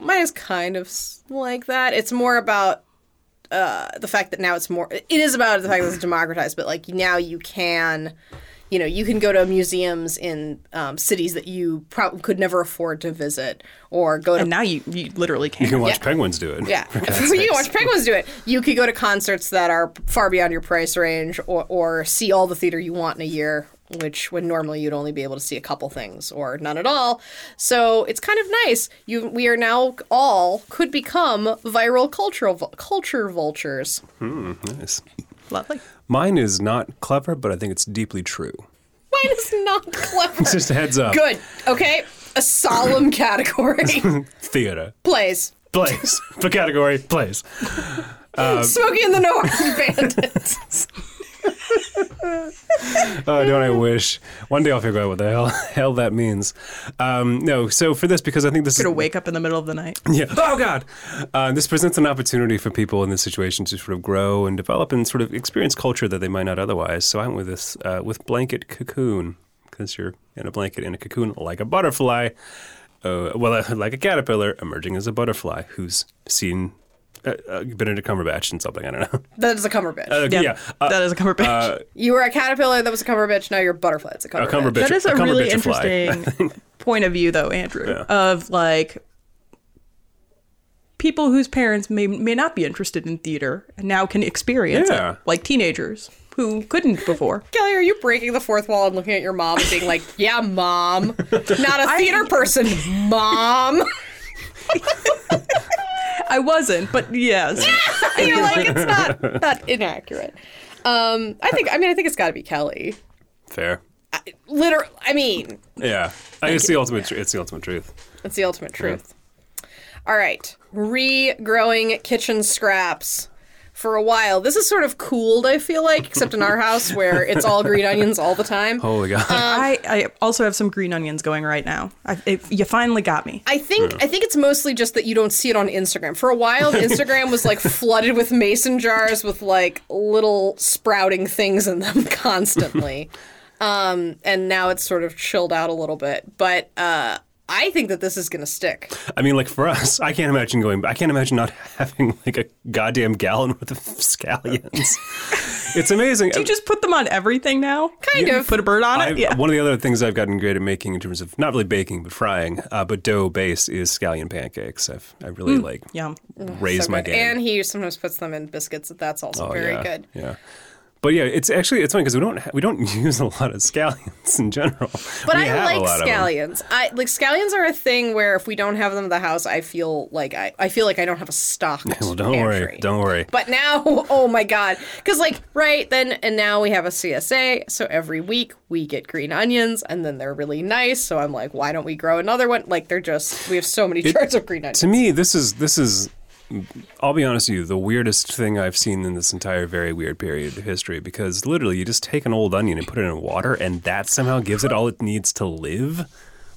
Speaker 3: mine is kind of s- like that. It's more about uh, the fact that now it's more. It is about the fact that it's democratized, but like now you can. You know, you can go to museums in um, cities that you prob- could never afford to visit, or go to
Speaker 2: and now you you literally
Speaker 1: You can
Speaker 2: can't
Speaker 1: watch penguins do it.
Speaker 3: yeah,
Speaker 1: For God's
Speaker 3: you
Speaker 1: sakes.
Speaker 3: can watch penguins do it. You could go to concerts that are far beyond your price range, or or see all the theater you want in a year, which when normally you'd only be able to see a couple things or none at all. So it's kind of nice. You, we are now all could become viral cultural vul- culture vultures.
Speaker 1: Nice.
Speaker 2: lovely
Speaker 1: Mine is not clever, but I think it's deeply true.
Speaker 3: Mine is not
Speaker 1: It's
Speaker 3: clever.
Speaker 1: just a heads up.
Speaker 3: Good. Okay. A solemn category.
Speaker 1: Theater.
Speaker 3: Plays.
Speaker 1: Plays. For category, plays. Uh,
Speaker 3: Smokey and the North Bandits.
Speaker 1: Oh, don't I wish. One day I'll figure out what the hell, hell that means. Um, no, so for this, because I think this is.
Speaker 2: to wake up in the middle of the night
Speaker 1: Yeah. Oh God. Uh, this presents an opportunity for people in this situation to sort of grow and develop and sort of experience culture that they might not otherwise. So I went with this uh, with blanket cocoon because you're in a blanket in a cocoon like a butterfly. Uh, well, uh, like a caterpillar emerging as a butterfly who's seen uh, uh, Benedict Cumberbatch in something. I don't know.
Speaker 3: That is a Cumberbitch.
Speaker 1: Uh, yeah. Uh,
Speaker 2: that is a cover page
Speaker 3: You were a caterpillar. That was a Cumberbitch. Now you're a butterfly. It's a Cumberbitch.
Speaker 1: Cumberbitch.
Speaker 2: That is a,
Speaker 1: cumber
Speaker 2: really
Speaker 1: bitch a fly.
Speaker 2: interesting point of view, though, Andrew, of like people whose parents may may not be interested in theater and now can experience
Speaker 1: Yeah.
Speaker 2: it, like teenagers who couldn't before.
Speaker 3: Kelly, are you breaking the fourth wall and looking at your mom and being like, "Yeah, mom, not a theater person, mom"?
Speaker 2: I wasn't, but yes,
Speaker 3: And you're like, it's not not inaccurate. Um, I think. I mean, I think it's got to be Kelly.
Speaker 1: Fair.
Speaker 3: I- literal. I mean,
Speaker 1: Yeah. I, it's the ultimate. tr- It's the ultimate truth.
Speaker 3: that's the ultimate truth. All right, regrowing kitchen scraps. For a while, this is sort of cooled. I feel like, except in our house where it's all green onions all the time.
Speaker 1: Holy God.
Speaker 3: Um,
Speaker 2: I, I also have some green onions going right now. I, it, you finally got me.
Speaker 3: I think I think it's mostly just that you don't see it on Instagram. For a while, Instagram was like flooded with mason jars with like little sprouting things in them constantly, um, and now it's sort of chilled out a little bit. But uh, I think that this is going to stick.
Speaker 1: I mean, like for us, I can't imagine going. I can't imagine not having like a goddamn gallon worth of scallions. it's amazing.
Speaker 2: You just put them on everything now.
Speaker 3: Kind
Speaker 2: You
Speaker 3: of.
Speaker 2: put a bird on it.
Speaker 1: I-
Speaker 2: yeah.
Speaker 1: One of the other things I've gotten great at making in terms of not really baking but frying, uh, but dough base is scallion pancakes. I've I
Speaker 2: Mm.
Speaker 1: really like
Speaker 2: Yum.
Speaker 1: raised
Speaker 3: So
Speaker 1: my
Speaker 3: good.
Speaker 1: game.
Speaker 3: And he sometimes puts them in biscuits. That's also
Speaker 1: Oh,
Speaker 3: very
Speaker 1: yeah,
Speaker 3: good.
Speaker 1: Yeah. But yeah, it's actually it's funny because we don't ha- we don't use a lot of scallions in general.
Speaker 3: But
Speaker 1: We have a
Speaker 3: I like
Speaker 1: lot of them.
Speaker 3: scallions. I like scallions are a thing where if we don't have them in the house, I feel like I, I feel like I don't have a stock.
Speaker 1: Well, don't worry, don't worry.
Speaker 3: But now, oh my god, because like right then and now we have a CSA, so every week we get green onions, and then they're really nice. So I'm like, why don't we grow another one? Like they're just we have so many jars of green onions.
Speaker 1: To me, this is this is. I'll be honest with you, the weirdest thing I've seen in this entire very weird period of history because literally you just take an old onion and put it in water and that somehow gives it all it needs to live.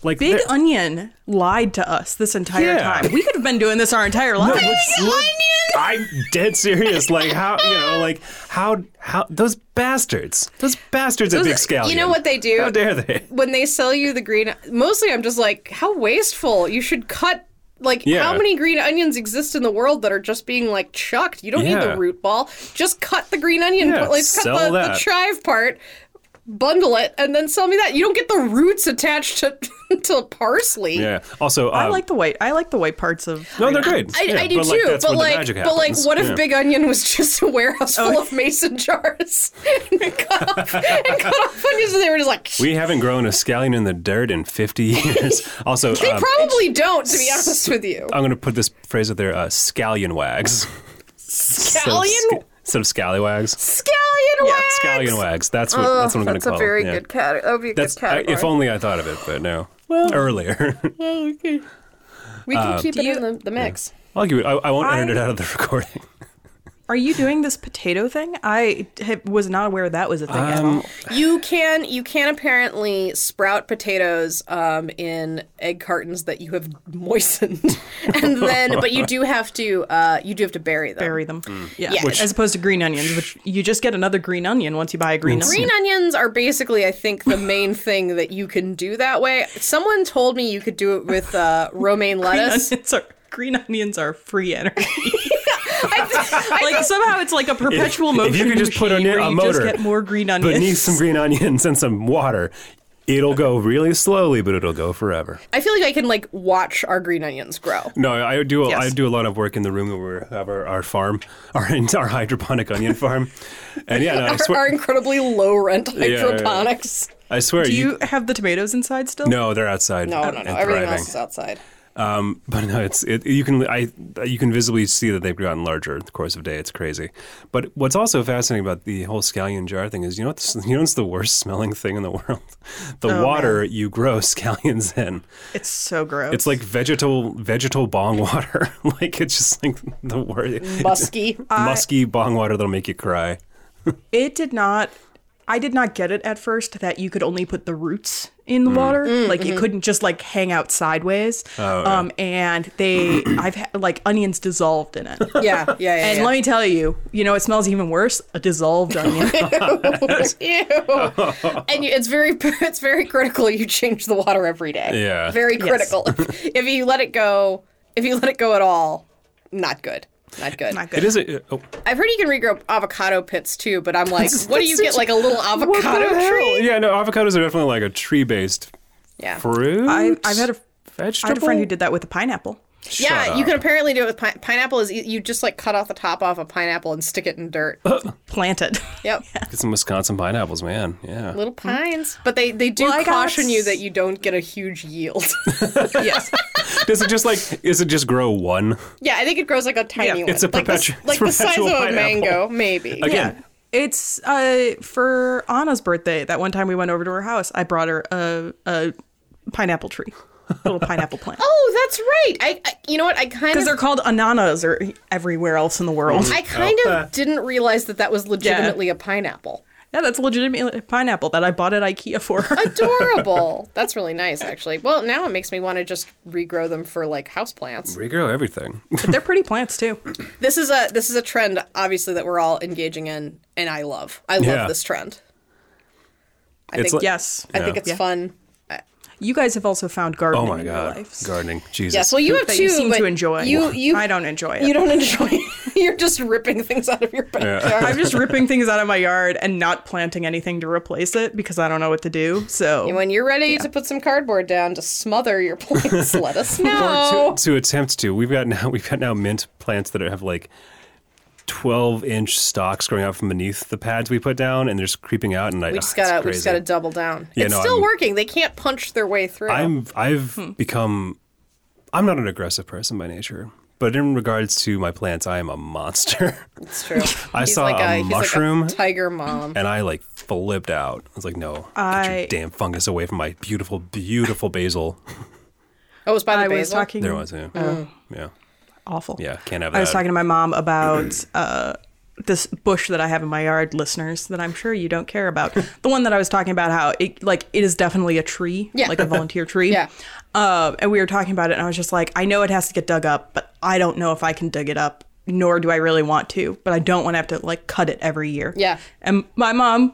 Speaker 1: Like
Speaker 2: Big
Speaker 1: there-
Speaker 2: Onion lied to us this entire
Speaker 1: Yeah.
Speaker 2: time. We could have been doing this our entire lives.
Speaker 1: Which look- I'm dead serious. Like how you know, like how how those bastards, those bastards at Big Scallion.
Speaker 3: you know what they do?
Speaker 1: How dare they?
Speaker 3: when they sell you the green, mostly I'm just like, how wasteful. You should cut. Like,
Speaker 1: Yeah.
Speaker 3: how many green onions exist in the world that are just being like chucked? You don't need
Speaker 1: Yeah.
Speaker 3: the root ball. Just cut the green onion.
Speaker 1: Yeah,
Speaker 3: but, like, cut
Speaker 1: sell
Speaker 3: the, the
Speaker 1: that.
Speaker 3: chive part, bundle it, and then sell me that. You don't get the roots attached to, to parsley.
Speaker 1: Yeah. Also,
Speaker 2: I
Speaker 1: um,
Speaker 2: like the white. I like the white parts of.
Speaker 1: no, they're great.
Speaker 3: I,
Speaker 1: Yeah,
Speaker 3: I do
Speaker 1: but,
Speaker 3: too,
Speaker 1: that's
Speaker 3: but
Speaker 1: where the
Speaker 3: like,
Speaker 1: magic
Speaker 3: but like,
Speaker 1: happens.
Speaker 3: what if
Speaker 1: Yeah.
Speaker 3: Big Onion was just a warehouse full of mason jars and cut off, and cut off onions, and they were just like,
Speaker 1: We haven't grown a scallion in the dirt in 50 years. Also,
Speaker 3: they
Speaker 1: um,
Speaker 3: probably don't, to be honest with you.
Speaker 1: I'm going to put this phrase out there uh, scallion wags. Instead
Speaker 3: Scallion
Speaker 1: of, sca- instead of scallywags.
Speaker 3: Scallion wax.
Speaker 1: Scallion wags. That's what, that's what I'm going to call it. Yeah.
Speaker 3: category. That would be a
Speaker 1: That's, I, if only I thought of it, but no. Well, Earlier.
Speaker 3: we can
Speaker 1: uh,
Speaker 3: keep it
Speaker 2: you-
Speaker 3: in the, the mix.
Speaker 1: I'll give it, I, I won't
Speaker 2: I-
Speaker 1: edit it out of the recording.
Speaker 2: Are you doing this potato thing? I ha- was not aware that was a thing. at
Speaker 1: Um,
Speaker 2: all.
Speaker 3: You can you can apparently sprout potatoes um, in egg cartons that you have moistened, and then but you do have to uh, you do have to bury them.
Speaker 2: Bury them. Yeah.
Speaker 3: Yeah. Which-
Speaker 2: As opposed to green onions, which you just get another green onion once you buy a green
Speaker 3: Green
Speaker 2: onion.
Speaker 3: onions are basically, I think, the main thing that you can do that way. Someone told me you could do it with uh, romaine lettuce.
Speaker 2: onions are green onions are free energy.
Speaker 3: I think- I
Speaker 2: like somehow it's like a perpetual motion.
Speaker 1: if you could just put a,
Speaker 2: machine
Speaker 1: ne-
Speaker 2: where
Speaker 1: a
Speaker 2: you
Speaker 1: motor
Speaker 2: just get more green onions.
Speaker 1: beneath some green onions and some water, it'll go really slowly, but it'll go forever.
Speaker 3: I feel like I can like watch our green onions grow.
Speaker 1: No, I do. I
Speaker 2: Yes.
Speaker 1: do a lot of work in the room that we have our, our farm, our our hydroponic onion farm, and yeah, no, I
Speaker 3: Our,
Speaker 1: swear,
Speaker 3: our incredibly low rent
Speaker 1: yeah, yeah.
Speaker 3: hydroponics.
Speaker 1: I swear
Speaker 2: Do
Speaker 1: you,
Speaker 2: you have the tomatoes inside still?
Speaker 1: No, they're outside.
Speaker 3: No, no,
Speaker 1: and
Speaker 3: no. Everything
Speaker 1: thriving.
Speaker 3: else is outside.
Speaker 1: Um, but no, it's it, you can I you can visibly see that they've gotten larger in the course of day. It's crazy. But what's also fascinating about the whole scallion jar thing is you know what's, you know what's the worst smelling thing in the world? The
Speaker 2: Oh,
Speaker 1: water you grow scallions in.
Speaker 2: It's so gross.
Speaker 1: It's like vegetal vegetal bong water. like it's just like the worst
Speaker 2: Mm,
Speaker 3: Musky.
Speaker 1: Uh, musky bong water that'll make you cry.
Speaker 2: it did not I did not get it at first that you could only put the roots in the
Speaker 1: Mm.
Speaker 2: water. Like you couldn't just like hang out sideways.
Speaker 1: Oh,
Speaker 2: Um and they I've had like onions dissolved in it.
Speaker 3: yeah, yeah, yeah.
Speaker 2: And let me tell you, you know, it smells even worse. A dissolved onion. Oh
Speaker 3: Ew. and you, it's very, it's very critical. You change the water every day.
Speaker 1: Yeah.
Speaker 3: Very
Speaker 2: Yes.
Speaker 3: critical. if you let it go, if you let it go at all, not good. Not good.
Speaker 2: Not
Speaker 1: It
Speaker 2: good.
Speaker 1: is a, oh,
Speaker 3: I've heard you can regrow avocado pits too, but I'm like, what do you get? Like a little
Speaker 1: what the
Speaker 3: avocado
Speaker 1: hell?
Speaker 3: tree?
Speaker 1: oh, Yeah, no, avocados are definitely like a tree based
Speaker 3: Yeah.
Speaker 1: fruit.
Speaker 2: I, I've had a
Speaker 1: vegetable.
Speaker 2: I had a friend who did that with a pineapple.
Speaker 1: Shut
Speaker 3: yeah, you
Speaker 1: up.
Speaker 3: can apparently do it with pi- pineapple. Is e, you just like cut off the top off a pineapple and stick it in dirt?
Speaker 2: Planted.
Speaker 3: Yep.
Speaker 1: Get some Wisconsin pineapples, man. Yeah.
Speaker 3: little pines. But they they do
Speaker 2: Well, I got
Speaker 3: caution you
Speaker 2: s-
Speaker 3: that you don't get a huge yield.
Speaker 2: yes.
Speaker 1: Does it just like? Is it just grow one?
Speaker 3: yeah, I think it grows like a tiny
Speaker 2: Yeah.
Speaker 3: one.
Speaker 1: It's a
Speaker 3: like, the s-
Speaker 1: perpetu-
Speaker 3: like
Speaker 1: it's
Speaker 3: the size of
Speaker 1: perpetual
Speaker 3: a
Speaker 1: pineapple.
Speaker 3: mango, maybe.
Speaker 1: Again,
Speaker 2: It's uh for Anna's birthday. That one time we went over to her house, I brought her a a pineapple tree, a little pineapple plant.
Speaker 3: Oh, that's right. I, I you know what? I kind
Speaker 2: Because
Speaker 3: of
Speaker 2: they're called ananas or everywhere else in the world.
Speaker 3: I kind of didn't realize that that was legitimately a pineapple.
Speaker 2: Yeah, that's a legitimate pineapple that I bought at IKEA for her.
Speaker 3: Adorable. that's really nice actually. Well, now it makes me want to just regrow them for like houseplants.
Speaker 1: Regrow everything.
Speaker 2: But they're pretty plants too.
Speaker 3: This is a this is a trend obviously that we're all engaging in and I love. I love
Speaker 1: Yeah.
Speaker 3: this trend. I
Speaker 1: It's
Speaker 3: think
Speaker 1: like-
Speaker 2: Yes.
Speaker 3: I think it's fun.
Speaker 2: You guys have also found gardening
Speaker 1: Oh my
Speaker 2: in your
Speaker 1: god,
Speaker 2: lives.
Speaker 1: gardening. Jesus.
Speaker 3: Yes, well you have
Speaker 2: that
Speaker 3: two
Speaker 2: you seem
Speaker 3: but
Speaker 2: to enjoy.
Speaker 3: You you
Speaker 2: I don't enjoy it.
Speaker 3: You don't enjoy You're just ripping things out of your backyard.
Speaker 2: I'm just ripping things out of my yard and not planting anything to replace it because I don't know what to do. So
Speaker 3: When you're ready to put some cardboard down to smother your plants, let us
Speaker 1: Or
Speaker 3: know.
Speaker 1: to, to attempt to. We've got now we've got now mint plants that have like twelve inch stalks growing out from beneath the pads we put down, and they're just creeping out. And I
Speaker 3: We
Speaker 1: ah,
Speaker 3: just
Speaker 1: it's
Speaker 3: gotta, we just
Speaker 1: crazy.
Speaker 3: gotta double down.
Speaker 1: Yeah,
Speaker 3: it's
Speaker 1: no,
Speaker 3: still
Speaker 1: I'm-
Speaker 3: working. They can't punch their way through.
Speaker 1: I'm I've
Speaker 3: Hmm.
Speaker 1: become I'm not an aggressive person by nature, but in regards to my plants, I am a monster.
Speaker 3: it's true.
Speaker 1: I
Speaker 3: He's
Speaker 1: saw
Speaker 3: like
Speaker 1: a
Speaker 3: he's like
Speaker 1: mushroom.
Speaker 3: tiger mom.
Speaker 1: and I like flipped out. I was like, "No, get
Speaker 2: I-
Speaker 1: your damn fungus away from my beautiful, beautiful basil."
Speaker 3: Oh, it was by the
Speaker 2: I
Speaker 3: basil.
Speaker 2: was talking
Speaker 1: There it was yeah,
Speaker 3: Oh.
Speaker 1: yeah,
Speaker 2: awful.
Speaker 1: yeah. Can't have that.
Speaker 2: I was talking to my mom about uh, this bush that I have in my yard, listeners, that I'm sure you don't care about. the one that I was talking about, how it like it is definitely a tree,
Speaker 3: Yeah.
Speaker 2: like a volunteer tree.
Speaker 3: Yeah.
Speaker 2: Uh, and we were talking about it, and I was just like, I know it has to get dug up, but I don't know if I can dig it up, nor do I really want to. But I don't want to have to like cut it every year.
Speaker 3: Yeah.
Speaker 2: And my mom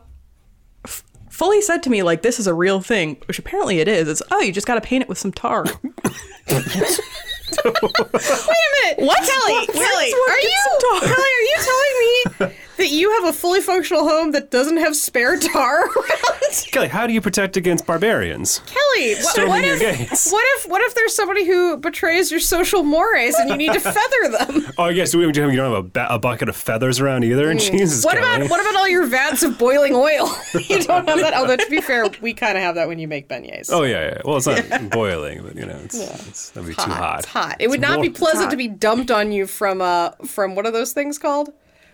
Speaker 2: f- fully said to me, like, this is a real thing, which apparently it is. It's, oh, you just got to paint it with some tar.
Speaker 3: Wait a minute. What, Kelly?
Speaker 2: Where's
Speaker 3: Kelly,
Speaker 2: one?
Speaker 3: are
Speaker 2: Get
Speaker 3: you
Speaker 2: some tar.
Speaker 3: Kelly? Are you telling me that you have a fully functional home that doesn't have spare tar around?
Speaker 1: Kelly, how do you protect against barbarians?
Speaker 3: Kelly, wh-
Speaker 1: Storming
Speaker 3: what
Speaker 1: your
Speaker 3: if
Speaker 1: gates.
Speaker 3: what if what if there's somebody who betrays your social mores and you need to feather them?
Speaker 1: Oh yes, we we don't have a, ba- a bucket of feathers around either. Jesus,
Speaker 3: Mm. What
Speaker 1: Kelly.
Speaker 3: about what about all your vats of boiling oil? you don't have that. Although to be fair, we kind of have that when you make beignets.
Speaker 1: Oh yeah, yeah. Well, it's not boiling, but you know, it's, it's that'd be too hot.
Speaker 3: It's hot. It would not be
Speaker 1: warm.
Speaker 3: pleasant to be dumped on you from uh from what are those things called?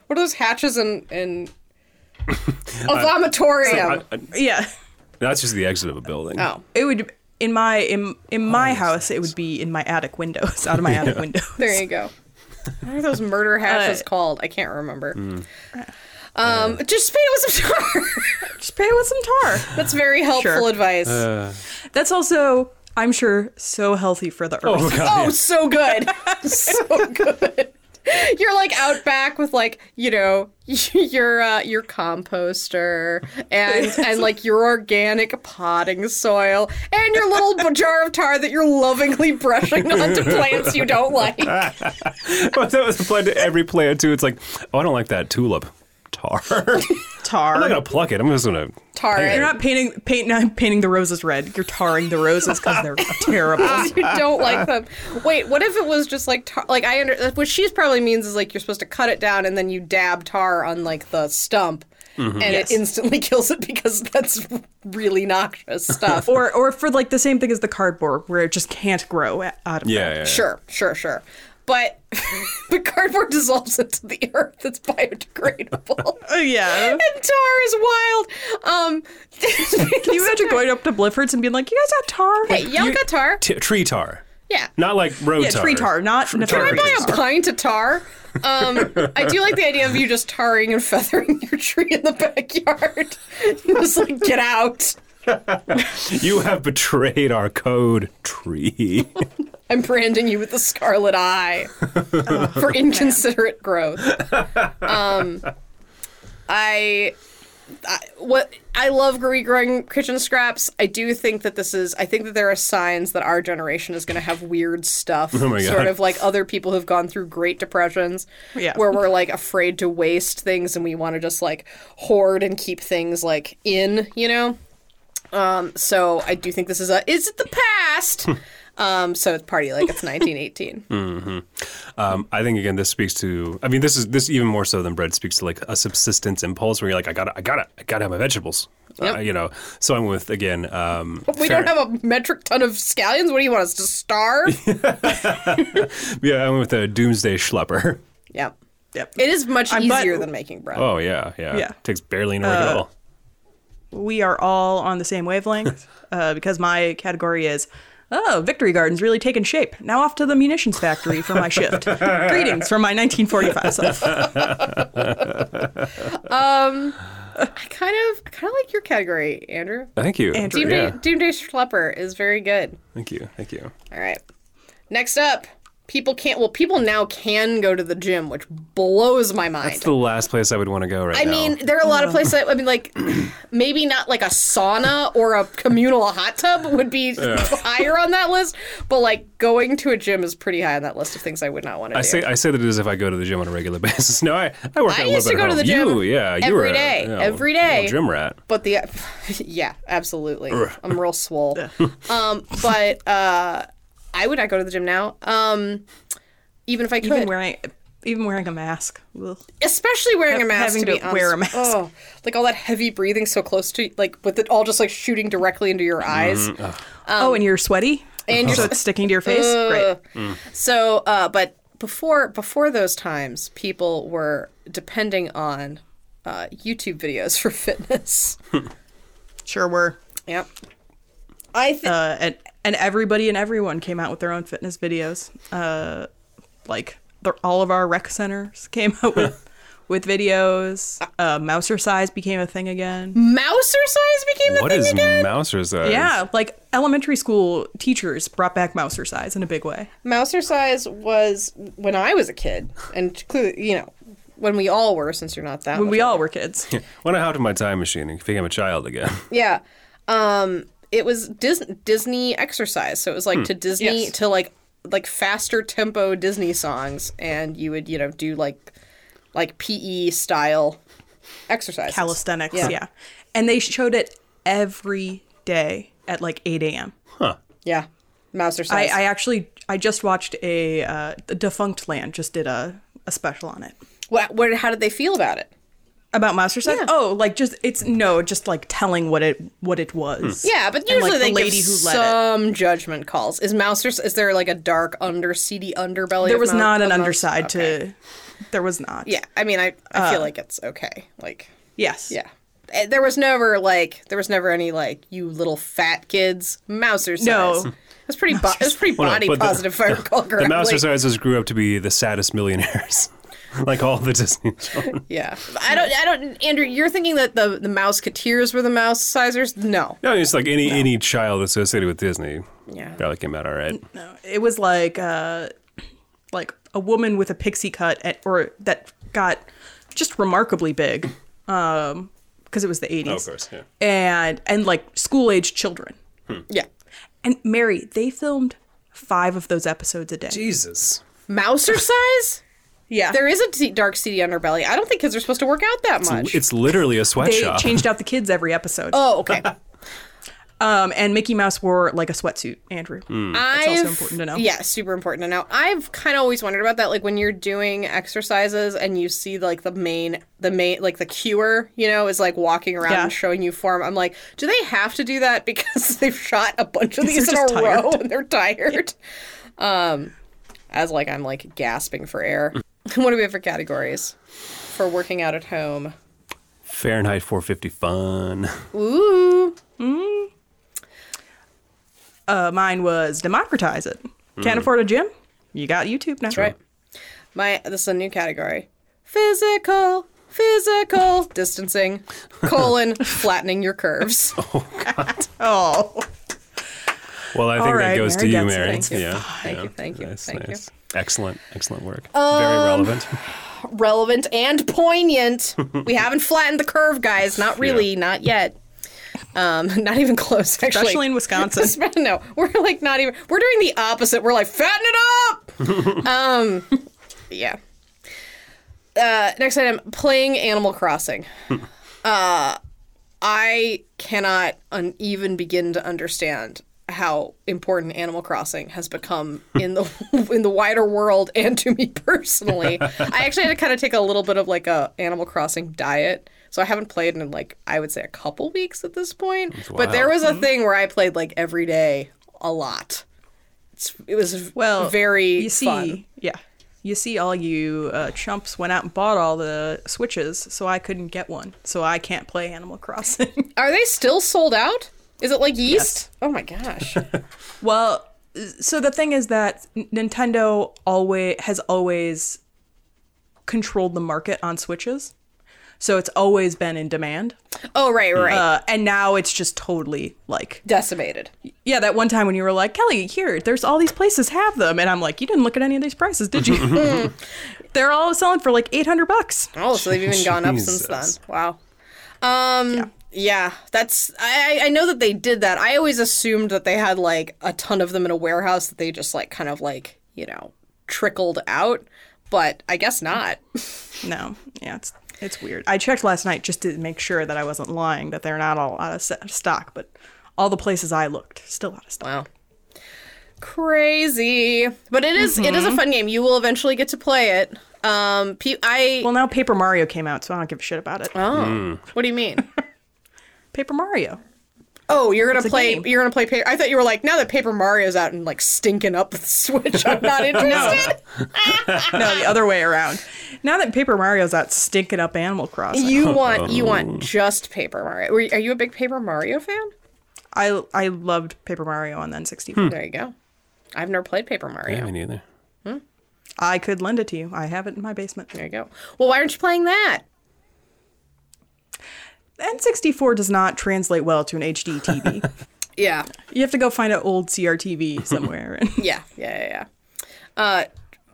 Speaker 3: What are those hatches and and a vomitorium?
Speaker 1: I- I-
Speaker 2: yeah.
Speaker 1: that's just the exit of a building.
Speaker 3: oh,
Speaker 2: It would in my in
Speaker 1: Oh,
Speaker 2: in my house. It would be in my attic windows, out of my attic windows.
Speaker 3: there you go. What are those murder hatches
Speaker 2: Uh,
Speaker 3: called? I can't remember. Um, just paint it with some tar.
Speaker 2: Just paint it with some tar.
Speaker 3: That's very helpful
Speaker 2: Sure.
Speaker 3: advice.
Speaker 1: Uh,
Speaker 2: That's also, I'm sure, so healthy for the earth.
Speaker 1: Oh god.
Speaker 3: oh,
Speaker 1: yeah.
Speaker 3: so good. so good. You're like out back with like, you know, your uh, your composter and and like your organic potting soil and your little jar of tar that you're lovingly brushing onto plants you don't like.
Speaker 1: Well, that was applied to every plant too. It's like, oh, I don't like that tulip. Tar. I'm
Speaker 2: Tar.
Speaker 1: not gonna pluck it. I'm just gonna
Speaker 3: Tar
Speaker 1: paint
Speaker 3: it.
Speaker 2: You're not painting paint, not painting the roses red. You're tarring the roses because they're terrible.
Speaker 3: you don't like them. Wait, what if it was just like tar? Like I under what she probably means is like you're supposed to cut it down and then you dab tar on like the stump, and
Speaker 2: Yes.
Speaker 3: it instantly kills it because that's really noxious stuff.
Speaker 2: Or, or for like the same thing as the cardboard, where it just can't grow out of
Speaker 1: Yeah, yeah, yeah.
Speaker 3: sure, sure, sure. But but cardboard dissolves into the earth. It's biodegradable.
Speaker 2: Oh, yeah.
Speaker 3: And tar is wild. Um,
Speaker 2: Can you imagine going up to Bliffords and being like, "You guys got tar?
Speaker 3: Hey, y'all
Speaker 1: You-
Speaker 3: got tar?
Speaker 1: T- tree tar.
Speaker 3: Yeah.
Speaker 1: Not like road
Speaker 2: yeah,
Speaker 1: tar.
Speaker 2: tree tar, not
Speaker 1: Tree tar. Can
Speaker 2: nefarious.
Speaker 3: buy a pint of tar. Um, I do like the idea of you just tarring and feathering your tree in the backyard. just like get out.
Speaker 1: You have betrayed our code, tree.
Speaker 3: I'm branding you with the scarlet eye for inconsiderate growth. Um, I, I what I love regrowing kitchen scraps. I do think that this is. I think that there are signs that our generation is going to have weird stuff.
Speaker 1: Oh my God.
Speaker 3: Sort of like other people who've gone through great depressions,
Speaker 2: Yeah.
Speaker 3: where we're like afraid to waste things and we want to just like hoard and keep things like in. You know. Um, so I do think this is a is it the past?
Speaker 2: Hmm.
Speaker 3: um, so it's party like it's 1918.
Speaker 1: Um, I think again, this speaks to. I mean, this is this even more so than bread speaks to like a subsistence impulse where you're like, I gotta, I gotta, I gotta have my vegetables. Uh,
Speaker 3: Yep.
Speaker 1: you know. So I'm with again. Um,
Speaker 3: we don't have a metric ton of scallions. What do you want us to starve?
Speaker 1: uh, Yeah, I'm with a doomsday schlepper.
Speaker 3: yep.
Speaker 2: Yep.
Speaker 3: It is much
Speaker 2: I'm- but-
Speaker 3: easier than making bread.
Speaker 1: Oh yeah, yeah.
Speaker 2: Yeah.
Speaker 1: Takes barely any work
Speaker 3: Uh,
Speaker 1: at all.
Speaker 2: we are all on the same wavelength uh, because my category is oh victory garden's really taken shape now off to the munitions factory for my shift greetings from my 1945 self
Speaker 3: I kind of I kind of like your category, Andrew.
Speaker 1: Thank you.
Speaker 2: Andrew.
Speaker 3: Doomday,
Speaker 1: Yeah.
Speaker 3: Doomday Schlepper is very good.
Speaker 1: Thank you. Thank you.
Speaker 3: All right. Next up, people can't. Well, people now can go to the gym, which blows my mind.
Speaker 1: It's the last place I would want to go right
Speaker 3: I
Speaker 1: now.
Speaker 3: mean, there are a lot of places. I mean, like maybe not like a sauna or a communal hot tub would be higher on that list, but like going to a gym is pretty high on that list of things I would not want to
Speaker 1: I
Speaker 3: do.
Speaker 1: say I say that as if I go to the gym on a regular basis. No, I, I work out
Speaker 3: I
Speaker 1: a little
Speaker 3: used
Speaker 1: bit
Speaker 3: to
Speaker 1: at
Speaker 3: go to the
Speaker 1: home.
Speaker 3: gym
Speaker 1: You, yeah, you
Speaker 3: every
Speaker 1: were a,
Speaker 3: day,
Speaker 1: you know,
Speaker 3: every
Speaker 1: little
Speaker 3: day.
Speaker 1: gym rat.
Speaker 3: but the yeah, absolutely, I'm real swole. um, but uh, I would not go to the gym now. Um, even if I could,
Speaker 2: even wearing even wearing a mask Ugh.
Speaker 3: especially wearing a
Speaker 2: Hav-
Speaker 3: mask.
Speaker 2: having
Speaker 3: to, be
Speaker 2: to wear a
Speaker 3: honest.
Speaker 2: mask.
Speaker 3: Oh, like all that heavy breathing so close to, like with it all just like shooting directly into your eyes.
Speaker 2: oh and you're sweaty
Speaker 3: and Uh, you're-
Speaker 2: so it's sticking to your face great
Speaker 3: So, uh, but before before those times, people were depending on uh, YouTube videos for fitness.
Speaker 2: sure were
Speaker 3: yep. I think
Speaker 2: uh, and and everybody and everyone came out with their own fitness videos. Uh, like the, all of our rec centers came out with with videos. Uh, Mouser size became a thing again.
Speaker 3: mouser size became a
Speaker 1: What
Speaker 3: thing
Speaker 1: is uh,
Speaker 3: again.
Speaker 1: Mouser size?
Speaker 2: Yeah, like elementary school teachers brought back Mouser size in a big way.
Speaker 3: Mouser size was when I was a kid, and clearly, you know, when we all were, since you're not that.
Speaker 2: When
Speaker 3: much
Speaker 2: we all were kids,
Speaker 1: When I hopped in my time machine and became a child again.
Speaker 3: Yeah. Um it was Dis- Disney exercise. So it was like to Disney
Speaker 2: Hmm. Yes.
Speaker 3: to like like faster tempo Disney songs and you would, you know, do like like PE style exercises.
Speaker 2: calisthenics,
Speaker 3: Yeah.
Speaker 2: yeah. and they showed it every day at like 8 a.m.
Speaker 3: Yeah. Mouser
Speaker 2: I,
Speaker 3: size.
Speaker 2: I actually I just watched a uh, Defunct Land just did a, a special on it.
Speaker 3: what, what how did they feel about it?
Speaker 2: About Master Seth? Oh, like just it's no, just like telling what it what it was.
Speaker 3: Hmm. Yeah, but
Speaker 2: And,
Speaker 3: usually
Speaker 2: like,
Speaker 3: they
Speaker 2: the lady
Speaker 3: give
Speaker 2: who led it.
Speaker 3: some judgment calls. Is Mouser is there like a dark under seedy underbelly?
Speaker 2: There
Speaker 3: of
Speaker 2: was
Speaker 3: Mou-
Speaker 2: not an
Speaker 3: of Mouser-
Speaker 2: underside
Speaker 3: Okay.
Speaker 2: to. Uh, There was not.
Speaker 3: Yeah, I mean I I feel like it's okay. Like
Speaker 2: Yes.
Speaker 3: Yeah. Eh, There was never like there was never any like you little fat kids mouser size.
Speaker 2: No.
Speaker 3: It was pretty bo- it was pretty
Speaker 1: Well, no,
Speaker 3: body
Speaker 1: but the-
Speaker 3: positive if I recall correctly.
Speaker 1: The Mouser sizes grew up to be the saddest millionaires. like all the Disney children.
Speaker 3: Yeah. I don't I don't Andrew, you're thinking that the the mouseketeers were the mouse sizers? No.
Speaker 1: No, it's like any any child associated with Disney.
Speaker 3: Yeah.
Speaker 1: Probably came out all right.
Speaker 2: It was like uh, like a woman with a pixie cut at, or that got just remarkably big, um, because it was the
Speaker 1: Oh,
Speaker 2: eighties.
Speaker 1: of course, yeah.
Speaker 2: And and like school age children.
Speaker 3: Yeah.
Speaker 2: And Mary, they filmed five of those episodes a day.
Speaker 1: Jesus.
Speaker 3: Mouser size?
Speaker 2: Yeah.
Speaker 3: There is a t- dark seedy underbelly. I don't think kids are supposed to work out that much.
Speaker 1: It's literally a
Speaker 2: They
Speaker 1: sweatshop.
Speaker 2: changed out the kids every episode.
Speaker 3: oh, okay.
Speaker 2: Um, and Mickey Mouse wore like a sweatsuit, Andrew.
Speaker 1: Hmm.
Speaker 3: I've,
Speaker 2: also important to know.
Speaker 3: Yeah, super important to know. I've kind of always wondered about that, like when you're doing exercises and you see like the main, the main, like the cure, you know, is like walking around
Speaker 2: Yeah.
Speaker 3: and showing you form. I'm like, do they have to do that because they've shot a bunch of these in a
Speaker 2: just tired.
Speaker 3: row and they're tired? Um, as like I'm like gasping for air. what do we have for categories for working out at home?
Speaker 1: Fahrenheit 450 fun.
Speaker 3: Ooh,
Speaker 2: Uh, mine was democratize it.
Speaker 1: Hmm.
Speaker 2: Can't afford a gym? You got YouTube now.
Speaker 3: right. My this is a new category. Physical, physical distancing, colon flattening your curves.
Speaker 2: Oh,
Speaker 1: Well, I think that
Speaker 2: right,
Speaker 1: goes
Speaker 2: Mary
Speaker 1: to you,
Speaker 2: gets it.
Speaker 1: Mary.
Speaker 2: Thank you. Um,
Speaker 1: Yeah.
Speaker 3: Thank you,
Speaker 1: yeah.
Speaker 3: thank you,
Speaker 1: Nice,
Speaker 3: thank you.
Speaker 1: nice. Excellent, excellent work. Very relevant.
Speaker 3: Relevant and poignant. We haven't flattened the curve, guys. Not really, not yet. Um, not even close. Actually,
Speaker 2: especially in Wisconsin.
Speaker 3: no, we're like not even. We're doing the opposite. We're like fatten it up. um, yeah. Uh, next item: playing Animal Crossing. uh, I cannot un- even begin to understand how important Animal Crossing has become in the in the wider world and to me personally. I actually had to kind of take a little bit of like a Animal Crossing diet. So I haven't played in like I would say a couple weeks at this point. But there was
Speaker 2: Mm-hmm.
Speaker 3: a thing where I played like every day a lot. It's, it was
Speaker 2: Well,
Speaker 3: very
Speaker 2: you see,
Speaker 3: fun.
Speaker 2: yeah, you see, all you uh, chumps went out and bought all the Switches, so I couldn't get one. So I can't play Animal Crossing.
Speaker 3: Are they still sold out? Is it like yeast? Oh my gosh.
Speaker 2: well, so the thing is that N- Nintendo always has always controlled the market on Switches. So it's always been in demand.
Speaker 3: Oh right, right.
Speaker 2: Uh, and now it's just totally like
Speaker 3: Decimated.
Speaker 2: yeah, that one time when you were like, Kelly, here, there's all these places have them, and I'm like, you didn't look at any of these prices, did you? They're all selling for like 800 bucks.
Speaker 3: Oh, so they've even gone up since then.
Speaker 1: Jesus.
Speaker 3: Wow. Um yeah. that's I I- I know that they did that. I always assumed that they had like a ton of them in a warehouse that they just like kind of like, you know, trickled out, but I guess not.
Speaker 2: No, yeah, it's it's weird. I checked last night just to make sure that I wasn't lying that they're not all out of se- stock, but all the places I looked still out of stock.
Speaker 3: Wow. Crazy. But it is- it is a fun game. You will eventually get to play it. Um pe- I
Speaker 2: Well, now Paper Mario came out, so I don't give a shit about it.
Speaker 3: Oh. What do you mean?
Speaker 2: Paper Mario.
Speaker 3: Oh, you're gonna play.
Speaker 2: game.
Speaker 3: You're gonna play. Pa- I thought you were like, now that Paper Mario's out and like stinking up the Switch, I'm not interested.
Speaker 2: No, the other way around. Now that Paper Mario's out stinking up Animal Crossing,
Speaker 3: You want you want just Paper Mario. Were you- Are you a big Paper Mario fan?
Speaker 2: I I loved Paper Mario on then 64.
Speaker 3: There you go. I've never played Paper Mario.
Speaker 1: Yeah, me neither.
Speaker 2: I could lend it to you. I have it in my basement.
Speaker 3: There you go. Well, why aren't you playing that?
Speaker 2: N64 does not translate well to an HD TV.
Speaker 3: Yeah,
Speaker 2: you have to go find an old CRTV somewhere. And
Speaker 3: yeah, yeah, yeah. yeah. Uh,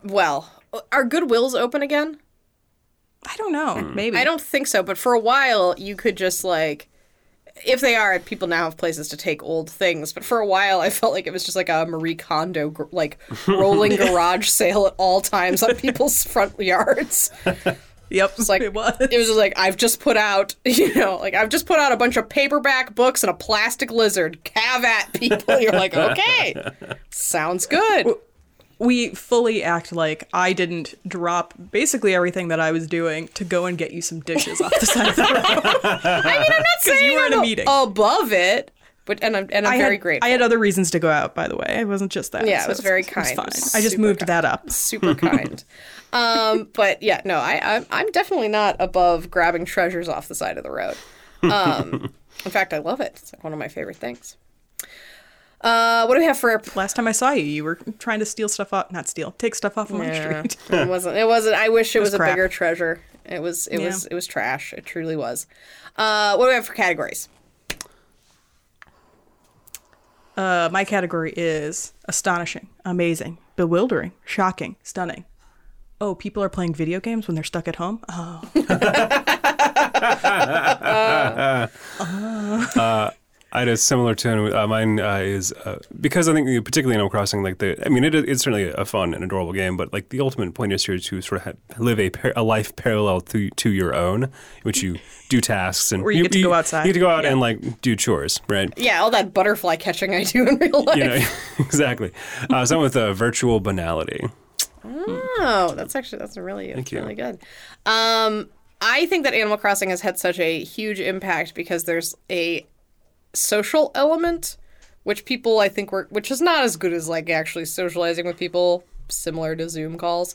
Speaker 3: well, are Goodwills open again?
Speaker 2: I don't know. Maybe.
Speaker 3: Hmm. I don't think so, but for a while you could just like if they are people now have places to take old things, but for a while I felt like it was just like a Marie Kondo gr- like rolling garage sale at all times on people's front yards.
Speaker 2: Yep.
Speaker 3: like-
Speaker 2: it was.
Speaker 3: It was just like I've just put out, you know, like I've just put out a bunch of paperback books and a plastic lizard. Have at people. You're like, "Okay. Sounds good."
Speaker 2: We fully act like I didn't drop basically everything that I was doing to go and get you some dishes off the side of the road.
Speaker 3: Because
Speaker 2: you were in a meeting.
Speaker 3: above it. But and I'm and I'm
Speaker 2: I
Speaker 3: very
Speaker 2: had,
Speaker 3: grateful.
Speaker 2: I had other reasons to go out, by the way. It wasn't just that.
Speaker 3: Yeah, it
Speaker 2: so
Speaker 3: was
Speaker 2: it's-
Speaker 3: very
Speaker 2: it's
Speaker 3: kind. It
Speaker 2: fine.
Speaker 3: was
Speaker 2: I just
Speaker 3: super
Speaker 2: moved
Speaker 3: kind.
Speaker 2: that up.
Speaker 3: super kind. um, but yeah, no, I, I'm I'm definitely not above grabbing treasures off the side of the road. Um, in fact, I love it. It's like one of my favorite things. Uh, what do we have for our?
Speaker 2: Last time I saw you, you were trying to steal stuff off. Not steal, take stuff off of my
Speaker 3: Yeah,
Speaker 2: street.
Speaker 3: it wasn't. It wasn't. I wish it, was,
Speaker 2: was
Speaker 3: a
Speaker 2: crap.
Speaker 3: bigger treasure. It was. It
Speaker 2: Yeah.
Speaker 3: was. It was trash. It truly was. Uh, what do we have for categories?
Speaker 2: Uh, my category is astonishing, amazing, bewildering, shocking, stunning. Oh, people are playing video games when they're stuck at home? Oh,
Speaker 1: I had a similar tone. Uh, mine uh, is uh, because I think you know, particularly Animal Crossing, like the, I mean, it, it's certainly a fun and adorable game, but like the ultimate point is here to sort of ha- live a, par- a life parallel to to your own, in which you do tasks and
Speaker 2: Where you get to go outside.
Speaker 1: You get to go out and like do chores, right?
Speaker 3: Yeah, all that butterfly catching I do in real life.
Speaker 1: You know, exactly. Uh, something with a virtual banality.
Speaker 3: Oh, that's actually that's really that's
Speaker 1: you.
Speaker 3: really good. Um, I think that Animal Crossing has had such a huge impact because there's a social element which people I think were which is not as good as like actually socializing with people similar to Zoom calls,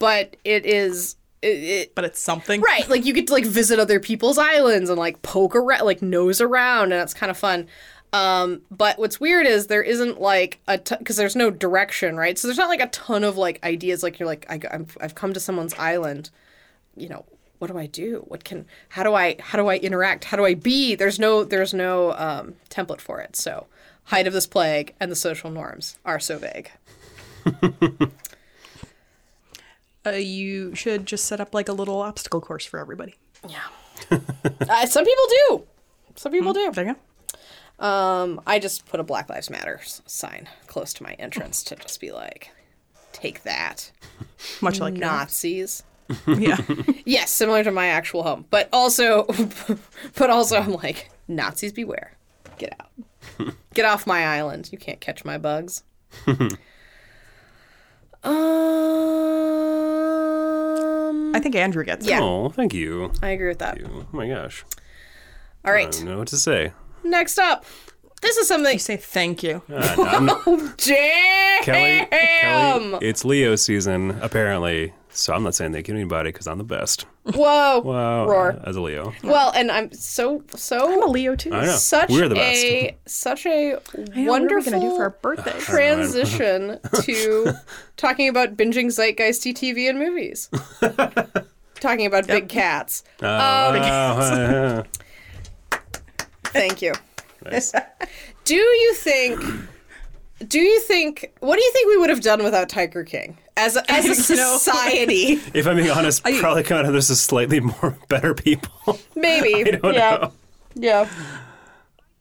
Speaker 3: but it is it, it,
Speaker 2: but it's something.
Speaker 3: Right, like you get to like visit other people's islands and like poke around, like nose around, and that's kind of fun. Um, but what's weird is there isn't like a because there's no direction, right? So there's not like a ton of like ideas. Like you're like I, am I've come to someone's island, you know. What do I do? What can? How do I? How do I interact? How do I be? There's no. There's no um, template for it. So, height of this plague and the social norms are so vague.
Speaker 2: Uh, you should just set up like a little obstacle course for everybody.
Speaker 3: Yeah. uh, some people do. Some people do.
Speaker 2: There you go.
Speaker 3: Um, I just put a Black Lives Matter s- sign close to my entrance to just be like, take that,
Speaker 2: Much like
Speaker 3: Nazis.
Speaker 2: your- Yeah.
Speaker 3: Yes, similar to my actual home, but also, but also, I'm like, Nazis beware, get out, get off my island. You can't catch my bugs. um,
Speaker 2: I think Andrew gets
Speaker 3: Yeah.
Speaker 2: it.
Speaker 1: Oh, thank you.
Speaker 3: I agree with that.
Speaker 1: Oh my gosh.
Speaker 3: All
Speaker 1: I
Speaker 3: right,
Speaker 1: don't know what to say.
Speaker 3: next up, This is something.
Speaker 2: You say thank you.
Speaker 1: Uh, no, I'm not-
Speaker 3: Damn!
Speaker 1: Kelly, Kelly, it's Leo season, apparently. So I'm not saying thank you to anybody because I'm the best.
Speaker 3: Whoa!
Speaker 1: Wow.
Speaker 3: Roar.
Speaker 1: As a Leo.
Speaker 3: Well, and I'm so so.
Speaker 2: I'm a Leo too.
Speaker 1: I know.
Speaker 3: Such
Speaker 1: We're the best.
Speaker 3: a such
Speaker 2: I know,
Speaker 3: a
Speaker 2: what are we
Speaker 3: wonderful
Speaker 2: gonna do for our birthday?
Speaker 3: transition to talking about binging zeitgeisty TV and movies. talking about big cats.
Speaker 1: Uh, Oh,
Speaker 3: Thank you.
Speaker 1: nice.
Speaker 3: Do you think? Do you think? What do you think we would have done without Tiger King as a, as a
Speaker 2: know.
Speaker 3: society?
Speaker 1: If I'm being honest, probably kind of there's a slightly more better people.
Speaker 3: Maybe.
Speaker 1: I don't
Speaker 3: yeah.
Speaker 1: know.
Speaker 3: Yeah.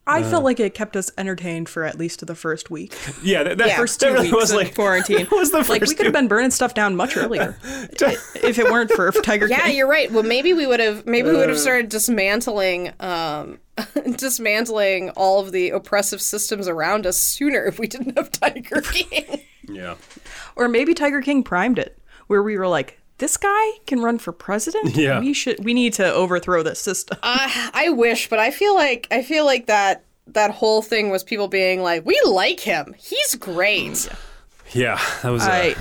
Speaker 2: I felt like it kept us entertained for at least the first week.
Speaker 1: Yeah, that, that,
Speaker 3: Yeah.
Speaker 2: First
Speaker 1: that
Speaker 2: two
Speaker 1: really
Speaker 2: weeks
Speaker 1: was
Speaker 2: of
Speaker 1: like
Speaker 2: quarantine.
Speaker 1: was the
Speaker 2: like we
Speaker 1: first
Speaker 2: could have
Speaker 1: two-
Speaker 2: been burning stuff down much earlier if it weren't for Tiger
Speaker 3: Yeah,
Speaker 2: King.
Speaker 3: you're right. Well, maybe we would have maybe we would have started dismantling um, dismantling all of the oppressive systems around us sooner if we didn't have Tiger King.
Speaker 1: Yeah.
Speaker 2: Or maybe Tiger King primed it, where we were like, "This guy can run for president.
Speaker 1: Yeah.
Speaker 2: we should. We need to overthrow this system."
Speaker 3: I, I wish, but I feel like I feel like that that whole thing was people being like, "We like him. He's great."
Speaker 1: Yeah, that was. uh,
Speaker 2: I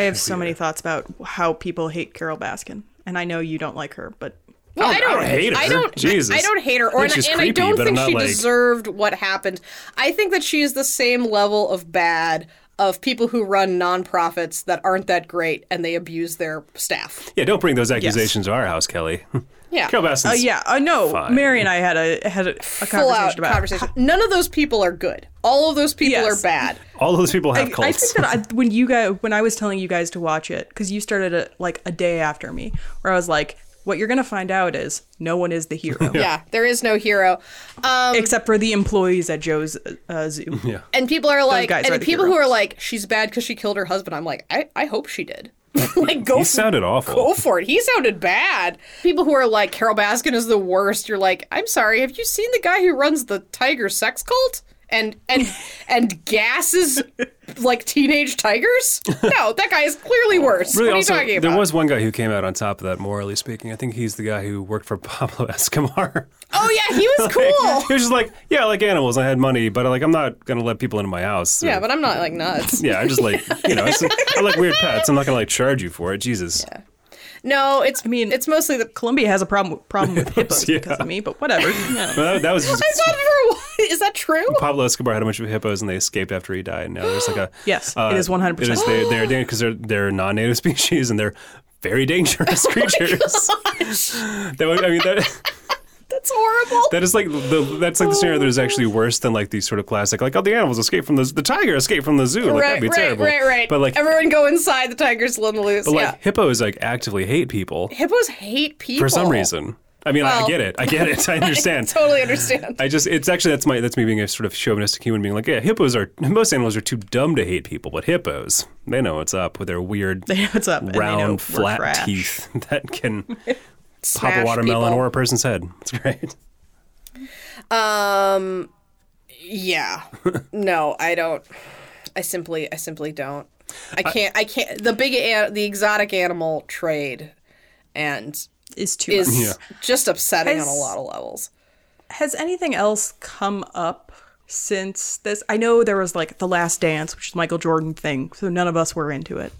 Speaker 2: have so many thoughts about how people hate Carol Baskin, and I know you don't like her, but
Speaker 3: Well, I,
Speaker 1: I
Speaker 3: don't,
Speaker 1: don't hate her.
Speaker 3: I don't.
Speaker 1: Jesus.
Speaker 3: I don't hate her, or
Speaker 1: I
Speaker 3: and,
Speaker 1: think she's
Speaker 3: and I
Speaker 1: creepy,
Speaker 3: don't
Speaker 1: but I'm
Speaker 3: think
Speaker 1: not,
Speaker 3: she
Speaker 1: like-
Speaker 3: deserved what happened. I think that she is the same level of bad of people who run nonprofits that aren't that great and they abuse their staff.
Speaker 1: Yeah, don't bring those accusations to our house, Kelly.
Speaker 3: Yeah.
Speaker 1: Carol Baskin's.
Speaker 2: uh, yeah, I know.
Speaker 1: Fine.
Speaker 2: Mary and I had a had a, a
Speaker 3: Full out
Speaker 2: conversation about.
Speaker 3: conversation. None of those people are good. All of those people
Speaker 2: Yes.
Speaker 3: are bad.
Speaker 1: All those people have
Speaker 2: I
Speaker 1: cults.
Speaker 2: think that I, when you guys when I was telling you guys to watch it because you started it like a day after me, where I was like, "What you're gonna find out is no one is the hero
Speaker 3: Yeah. there is no hero. Um,
Speaker 2: except for the employees at Joe's uh, zoo."
Speaker 1: yeah.
Speaker 3: and people are like,
Speaker 2: guys
Speaker 3: and
Speaker 2: are the
Speaker 3: people who
Speaker 2: heroes.
Speaker 3: are like, she's bad because she killed her husband. I'm like, I, I hope she did. like, go
Speaker 1: He
Speaker 3: for
Speaker 1: sounded
Speaker 3: go
Speaker 1: awful.
Speaker 3: for it. He sounded bad. People who are like Carol Baskin is the worst. You're like, I'm sorry. Have you seen the guy who runs the tiger sex cult and and and gasses like teenage tigers? No, that guy is clearly worse.
Speaker 1: Really,
Speaker 3: what are
Speaker 1: also,
Speaker 3: you talking about?
Speaker 1: there was one guy who came out on top of that, morally speaking. I think he's the guy who worked for Pablo Escobar.
Speaker 3: oh yeah, he was
Speaker 1: he
Speaker 3: cool.
Speaker 1: was just like, yeah, I like animals. I had money, but like, I'm not gonna let people into my house.
Speaker 3: yeah, but I'm not like nuts.
Speaker 1: yeah, I'm just like, you know, it's, I like weird pets. I'm not gonna like charge you for it. Jesus.
Speaker 3: No, it's I
Speaker 2: mean-
Speaker 3: mean, it's mostly the.
Speaker 2: Columbia has a problem problem with hippos
Speaker 1: Yeah.
Speaker 2: because of me, but whatever. No.
Speaker 1: Well, that, that was just,
Speaker 3: I thought for a while- Is that true?
Speaker 1: Pablo Escobar had a bunch of hippos and they escaped after he died. Now there's like a uh,
Speaker 2: Yes, it is 100%.
Speaker 1: It is they, they're because they're they're non-native species and they're very dangerous
Speaker 3: Oh
Speaker 1: creatures. That would, I mean that.
Speaker 3: That's horrible.
Speaker 1: That is like the that's like the scenario that
Speaker 3: Oh.
Speaker 1: is actually worse than like the sort of classic like oh the animals escape from the the tiger escaped from the zoo like that'd
Speaker 3: right,
Speaker 1: be
Speaker 3: right,
Speaker 1: terrible
Speaker 3: right, right.
Speaker 1: but like
Speaker 3: everyone go inside. The tiger's let them loose.
Speaker 1: but
Speaker 3: yeah.
Speaker 1: like hippos like actively hate people
Speaker 3: Hippos hate people
Speaker 1: for some reason I mean I, I
Speaker 3: Well-
Speaker 1: get it I get it I understand
Speaker 3: Totally understand.
Speaker 1: I just it's actually that's my that's me being a sort of chauvinistic human being like yeah hippos are most animals are too dumb to hate people but hippos they know what's up with their weird
Speaker 2: They know what's up. and they know we're
Speaker 1: round flat
Speaker 2: trash.
Speaker 1: teeth that can pop a
Speaker 3: Smash
Speaker 1: watermelon
Speaker 3: people.
Speaker 1: or a person's head it's great
Speaker 3: Um, yeah. no, I don't. I simply, I simply don't. I can't. I, can't. The big, an, the exotic animal trade, and
Speaker 2: is too much.
Speaker 3: is just upsetting on
Speaker 2: Has-
Speaker 3: a lot of levels.
Speaker 2: Has anything else come up since this? I know there was like the Last Dance, which is Michael Jordan thing, so none of us were into it.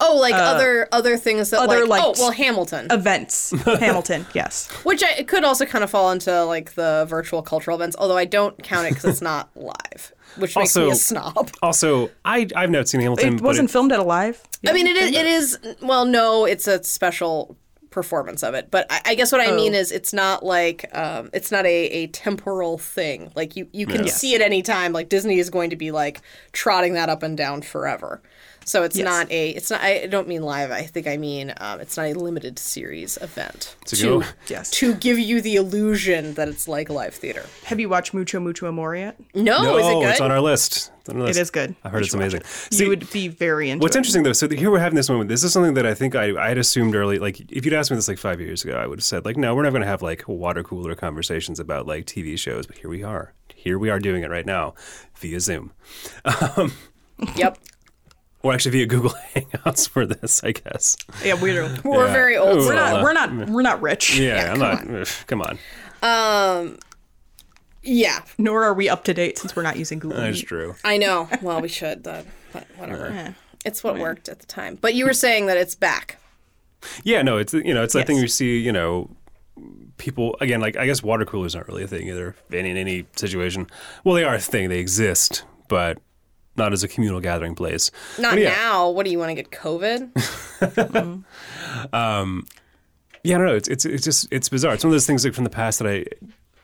Speaker 3: Oh, like other other things that
Speaker 2: other, like,
Speaker 3: like, oh well Hamilton,
Speaker 2: Events, Hamilton, yes.
Speaker 3: which I, it could also kind of fall into like the virtual cultural events, although I don't count it because it's not live, which makes
Speaker 1: Also-
Speaker 3: me a snob.
Speaker 1: also I I've not seen Hamilton
Speaker 2: It
Speaker 1: but
Speaker 2: wasn't filmed at Alive.
Speaker 3: I mean, it is. It is. Well, no, it's a special performance of it. But I, I guess what I
Speaker 1: Oh.
Speaker 3: mean is, it's not like um, it's not a, a temporal thing. Like you, you can
Speaker 1: Yeah.
Speaker 3: see it anytime. Like Disney is going to be like trotting that up and down forever. So it's not a. It's not. I don't mean live. I think I mean um, it's not a limited series event
Speaker 1: To go-
Speaker 2: Yes.
Speaker 3: to give you the illusion that it's like live theater.
Speaker 2: Have you watched Mucho Mucho Amor yet?
Speaker 3: No, is it good?
Speaker 1: it's on our list. It's on our list.
Speaker 2: It is good.
Speaker 1: I heard
Speaker 2: You
Speaker 1: it's
Speaker 2: should watch
Speaker 1: amazing.
Speaker 2: it.
Speaker 1: See,
Speaker 2: you would be very into
Speaker 1: what's
Speaker 2: it.
Speaker 1: interesting though, so here we're having this moment. This is something that I think I I had assumed early. Like if you'd asked me this like five years ago, I would have said like, no, we're not going to have like water cooler conversations about like TV shows. But here we are. Here we are doing it right now via Zoom
Speaker 3: Yep,
Speaker 1: or actually via Google Hangouts for this, I guess.
Speaker 2: yeah, we don't.
Speaker 3: we're
Speaker 1: Yeah.
Speaker 3: very old.
Speaker 1: Ooh.
Speaker 2: We're
Speaker 1: Well,
Speaker 2: not.
Speaker 1: uh,
Speaker 2: We're not. We're not rich.
Speaker 1: Yeah, I'm not. ugh, Come on.
Speaker 3: Um, Yeah,
Speaker 2: Nor are we up to date since we're not using Google
Speaker 1: That's
Speaker 2: Meet.
Speaker 1: true.
Speaker 3: I know. Well, we should then, but whatever.
Speaker 2: Yeah.
Speaker 3: It's what worked at the time. But you were saying that it's back.
Speaker 1: Yeah, no, it's you know, it's that thing
Speaker 2: Yes.
Speaker 1: you see, you know, people again. Like I guess water coolers aren't really a thing either in, in any situation. Well, they are a thing; they exist, but not as a communal gathering place.
Speaker 3: Not
Speaker 1: But Oh, yeah,
Speaker 3: now. What do you want to get COVID?
Speaker 1: Yeah, no, no, it's it's it's just it's bizarre. It's one of those things like from the past that I.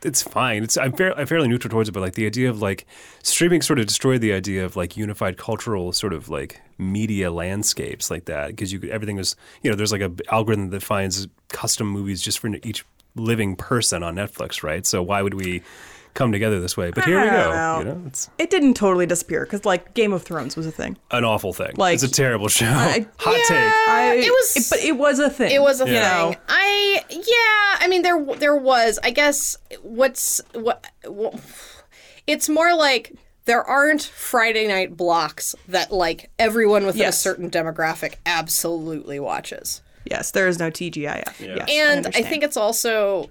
Speaker 1: It's fine. It's I'm, fair, I'm fairly neutral towards it, but like the idea of like streaming sort of destroyed the idea of like unified cultural sort of like media landscapes like that because you could- everything was you know there's like a b- algorithm that finds custom movies just for each living person on Netflix, right? So why would we come together this way? But here we
Speaker 2: I
Speaker 1: go.
Speaker 2: don't know.
Speaker 1: You know, it's
Speaker 2: It didn't totally disappear because like Game of Thrones was a thing.
Speaker 1: an awful thing.
Speaker 2: Like-
Speaker 1: it's a terrible show. Hot
Speaker 3: Yeah.
Speaker 1: take.
Speaker 2: I,
Speaker 3: Uh, it was-
Speaker 2: but it was a thing.
Speaker 3: It was a
Speaker 2: you know?
Speaker 3: thing. I yeah. I mean, there there was. I guess what's what. wha- it's more like there aren't Friday night blocks that like everyone within a
Speaker 2: Yes.
Speaker 3: certain demographic absolutely watches.
Speaker 2: Yes, there is no TGIF. Yes,
Speaker 3: and I,
Speaker 2: understand.
Speaker 3: think it's also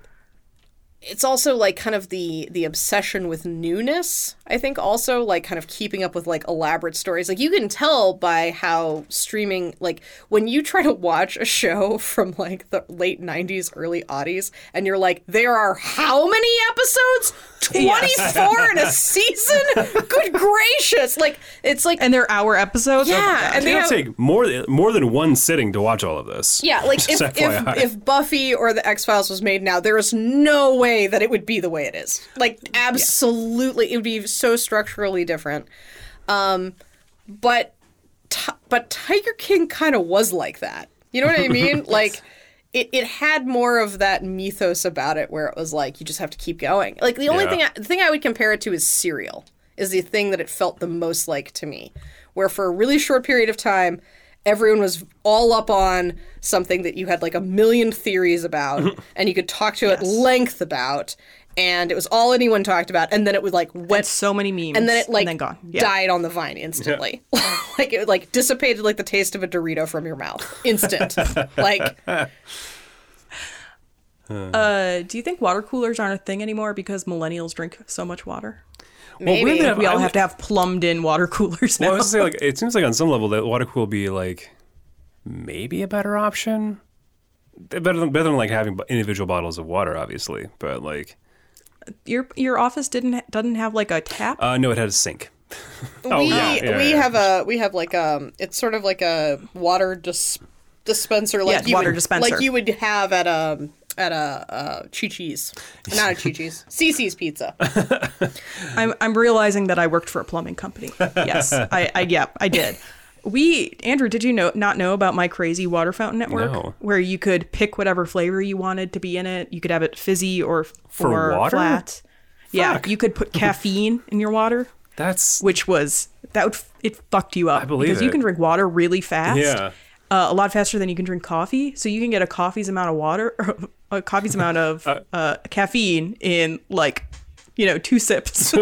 Speaker 3: it's also like kind of the the obsession with newness i think also like kind of keeping up with like elaborate stories like you can tell by how streaming like when you try to watch a show from like the late 90s early oddies and you're like there are how many episodes 24 in a season good gracious like it's like
Speaker 2: and their hour episodes. oh my
Speaker 3: yeah
Speaker 2: God.
Speaker 3: and they
Speaker 1: It'll
Speaker 3: have
Speaker 1: take more th- more than one sitting to watch all of this.
Speaker 3: yeah, like if,
Speaker 1: Just FYI.
Speaker 3: if if Buffy or the X Files was made now, there is no way that it would be the way it is. Like absolutely, it would be so structurally different. Um, but Ti- but Tiger King kind of was like that. You know what I mean? Like it, it had more of that mythos about it where it was like you just have to keep going. Like the only
Speaker 1: Yeah.
Speaker 3: thing I, the thing I would compare it to is Serial is the thing that it felt the most like to me. Where for a really short period of time everyone was all up on something that you had like a million theories about and you could talk to at length about and it was all anyone talked about and then it would like went
Speaker 2: so many memes,
Speaker 3: and then it like
Speaker 2: then gone. Yeah.
Speaker 3: died on the vine instantly. like it like dissipated like the taste of a Dorito from your mouth. Instant. like
Speaker 2: Uh, do you think water coolers aren't a thing anymore because millennials drink so much water?
Speaker 1: Well, weirdly
Speaker 3: maybe.
Speaker 1: enough,
Speaker 2: We all
Speaker 1: I'm-
Speaker 2: have to have plumbed in water coolers now.
Speaker 1: Well, I was gonna say like it seems like on some level that water cool will be like maybe a better option. They're Better than better than like having bo- individual bottles of water, obviously. But like,
Speaker 2: your your office didn't ha- doesn't have like a tap.
Speaker 1: uh, no, it had a sink.
Speaker 3: we
Speaker 1: Oh, yeah, yeah,
Speaker 3: we
Speaker 1: yeah.
Speaker 3: have a we have like um it's sort of like a water dis- dispenser like
Speaker 2: Yeah,
Speaker 3: you
Speaker 2: water
Speaker 3: would,
Speaker 2: dispenser.
Speaker 3: like you would have at a at a uh, Chi-Chi's. Not a Chi-Chi's. Cece's Pizza.
Speaker 2: I'm I'm realizing that I worked for a plumbing company. Yes, I, I yeah I did. We Andrew, did you know not know about my crazy water fountain network
Speaker 1: No.
Speaker 2: where you could pick whatever flavor you wanted to be in it. You could have it fizzy or
Speaker 1: For
Speaker 2: or
Speaker 1: water?
Speaker 2: flat. Yeah,
Speaker 1: Fuck.
Speaker 2: you could put caffeine in your water,
Speaker 1: That's
Speaker 2: which was that would, f- it fucked you up. I
Speaker 1: believe
Speaker 2: because
Speaker 1: it.
Speaker 2: you can drink water really fast.
Speaker 1: Yeah.
Speaker 2: Uh, a lot faster than you can drink coffee, so you can get a coffee's amount of water, a coffee's amount of uh, caffeine in like, you know, two sips.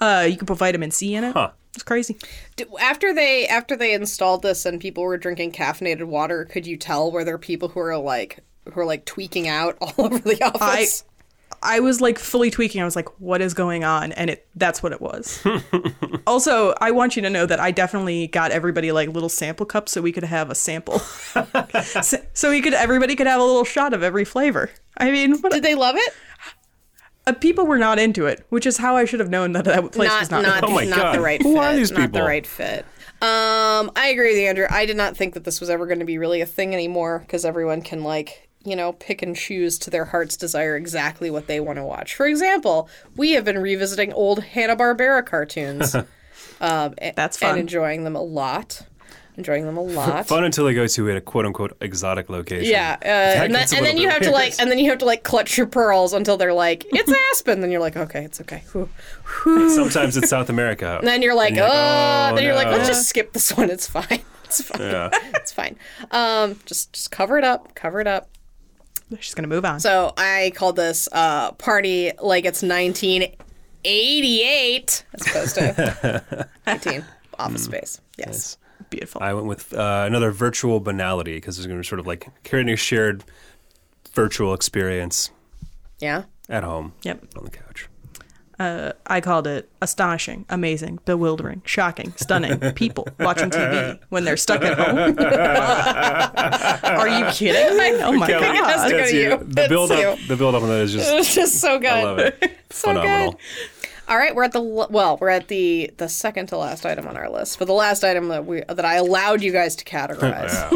Speaker 2: Uh, you can put vitamin C in it. It's crazy.
Speaker 3: D- After they after they installed this and people were drinking caffeinated water, could you tell where there are people who are like who are like tweaking out all over the
Speaker 2: I
Speaker 3: office?
Speaker 2: I was like fully tweaking. I was like, "What is going on?" And it that's what it was. also, I want you to know that I definitely got everybody like little sample cups so we could have a sample, so, so we could everybody could have a little shot of every flavor. I mean, what,
Speaker 3: Did they love it?
Speaker 2: uh, people were not into it, which is how I should have known that that place was
Speaker 3: Not
Speaker 2: not.
Speaker 3: not, not,
Speaker 1: Oh my God.
Speaker 3: the right
Speaker 1: Who
Speaker 3: fit.
Speaker 1: are these
Speaker 3: Not the
Speaker 1: people?
Speaker 3: right fit. Um, I agree with you, Andrew. I did not think that this was ever going to be really a thing anymore because everyone can like you know pick and choose to their heart's desire exactly what they want to watch. For example, we have been revisiting old Hanna Barbera cartoons. um, a-
Speaker 2: That's fun.
Speaker 3: And enjoying them a lot. Enjoying them a lot.
Speaker 1: fun until they go to a quote unquote exotic location.
Speaker 3: Yeah, uh, and, then,
Speaker 1: gets a
Speaker 3: and then
Speaker 1: little
Speaker 3: you
Speaker 1: bit
Speaker 3: have to like,
Speaker 1: weird.
Speaker 3: and then you have to like clutch your pearls until they're like, it's Aspen. Then you're like, okay, it's okay. Whew.
Speaker 1: Sometimes it's South America.
Speaker 3: And then you're like,
Speaker 1: you're like,
Speaker 3: oh.
Speaker 1: oh,
Speaker 3: Then you're like,
Speaker 1: no.
Speaker 3: let's just skip this one. It's fine. It's fine.
Speaker 1: Yeah.
Speaker 3: It's fine. Um, just just cover it up. Cover it up.
Speaker 2: She's gonna move on.
Speaker 3: So I called this uh, party like it's 1988 as opposed to 18 Office
Speaker 1: Hmm.
Speaker 3: Space. Yes.
Speaker 2: Beautiful.
Speaker 1: I went with uh, another virtual banality because it's going to sort of like creating a shared virtual experience
Speaker 3: Yeah.
Speaker 1: at home
Speaker 2: yep.
Speaker 1: on the couch.
Speaker 2: Uh, I called it astonishing, amazing, bewildering, shocking, stunning. People watching TV when they're stuck at home. Are you kidding me? Oh my
Speaker 1: Kelly,
Speaker 3: it has
Speaker 2: god!
Speaker 3: to go
Speaker 1: that's
Speaker 3: to you.
Speaker 1: The
Speaker 3: That's
Speaker 1: build up,
Speaker 3: you.
Speaker 1: the build up on that is just
Speaker 3: It's just so good.
Speaker 1: I love it.
Speaker 3: So
Speaker 1: Phenomenal.
Speaker 3: good. All right, we're at the l- well, we're at the the second to last item on our list, but the last item that we that I allowed you guys to categorize,
Speaker 1: Yeah,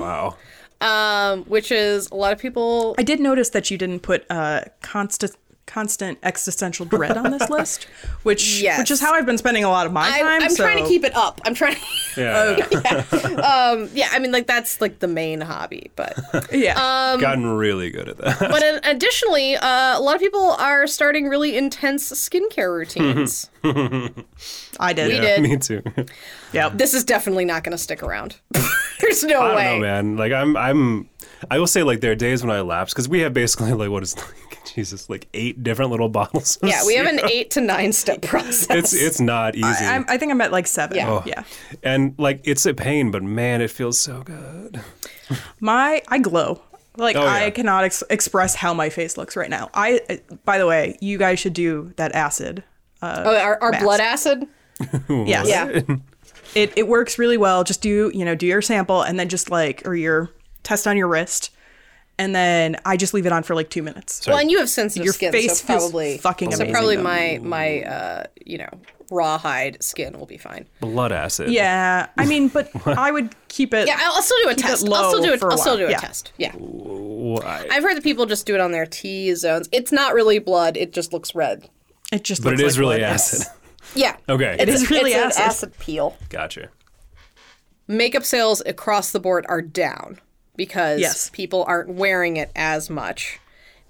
Speaker 1: wow.
Speaker 3: um, which is a lot of people.
Speaker 2: I did notice that you didn't put uh, constant constant existential dread on this list, which
Speaker 3: Yes.
Speaker 2: which is how I've been spending a lot of my
Speaker 3: I,
Speaker 2: time.
Speaker 3: I'm trying to
Speaker 2: so-
Speaker 3: keep it up. I'm trying.
Speaker 1: Yeah.
Speaker 3: yeah, I mean, like that's like the main hobby, but
Speaker 2: yeah.
Speaker 3: um,
Speaker 1: Gotten really good at that.
Speaker 3: but in, additionally, uh, a lot of people are starting really intense skincare routines.
Speaker 2: I did.
Speaker 3: we did.
Speaker 1: Me too.
Speaker 2: Yep.
Speaker 3: this is definitely not going to stick around. There's no
Speaker 1: I don't
Speaker 3: way.
Speaker 1: know, man. Like I'm, I'm, I will say like there are days when I lapse because we have basically like what is like Jesus like eight different little bottles. of
Speaker 3: Yeah, we have an
Speaker 1: syrup.
Speaker 3: eight to nine step process.
Speaker 1: It's it's not easy.
Speaker 2: I, I'm, I think I'm at like seven.
Speaker 3: Yeah.
Speaker 2: Yeah.
Speaker 3: Oh.
Speaker 1: and like it's a pain, but man, it feels so good.
Speaker 2: My I glow. Like
Speaker 1: Oh, yeah.
Speaker 2: I cannot ex- express how my face looks right now. I uh, by the way, you guys should do that acid.
Speaker 3: oh, our, our
Speaker 2: mask.
Speaker 3: blood acid.
Speaker 2: Yes.
Speaker 3: Yeah,
Speaker 2: It it works really well. Just do, you know, do your sample and then just like or your test on your wrist and then I just leave it on for like 2 minutes.
Speaker 3: well, and you have sensitive
Speaker 2: Your
Speaker 3: skin,
Speaker 2: face
Speaker 3: so
Speaker 2: feels
Speaker 3: probably
Speaker 2: fucking
Speaker 3: so
Speaker 2: amazing,
Speaker 3: probably
Speaker 2: though.
Speaker 3: my my uh, you know rawhide skin will be fine.
Speaker 1: Blood acid.
Speaker 2: Yeah. I mean, but I would keep it
Speaker 3: Yeah, I'll, I'll still do a
Speaker 2: Keep it
Speaker 3: test. I'll
Speaker 2: low
Speaker 3: still do a,
Speaker 2: for a
Speaker 3: I'll still
Speaker 2: while.
Speaker 3: do a
Speaker 2: Yeah.
Speaker 3: test. Yeah,
Speaker 1: Why?
Speaker 3: I've heard that people just do it on their T zones. It's not really blood; it just looks red.
Speaker 2: it just
Speaker 1: But it
Speaker 2: looks
Speaker 1: is
Speaker 2: like
Speaker 1: really
Speaker 2: blood.
Speaker 1: acid.
Speaker 3: Yeah.
Speaker 1: Okay.
Speaker 3: It's,
Speaker 2: is really
Speaker 3: it's An
Speaker 2: acid.
Speaker 3: acid peel.
Speaker 1: Gotcha.
Speaker 3: Makeup sales across the board are down because
Speaker 2: Yes.
Speaker 3: people aren't wearing it as much.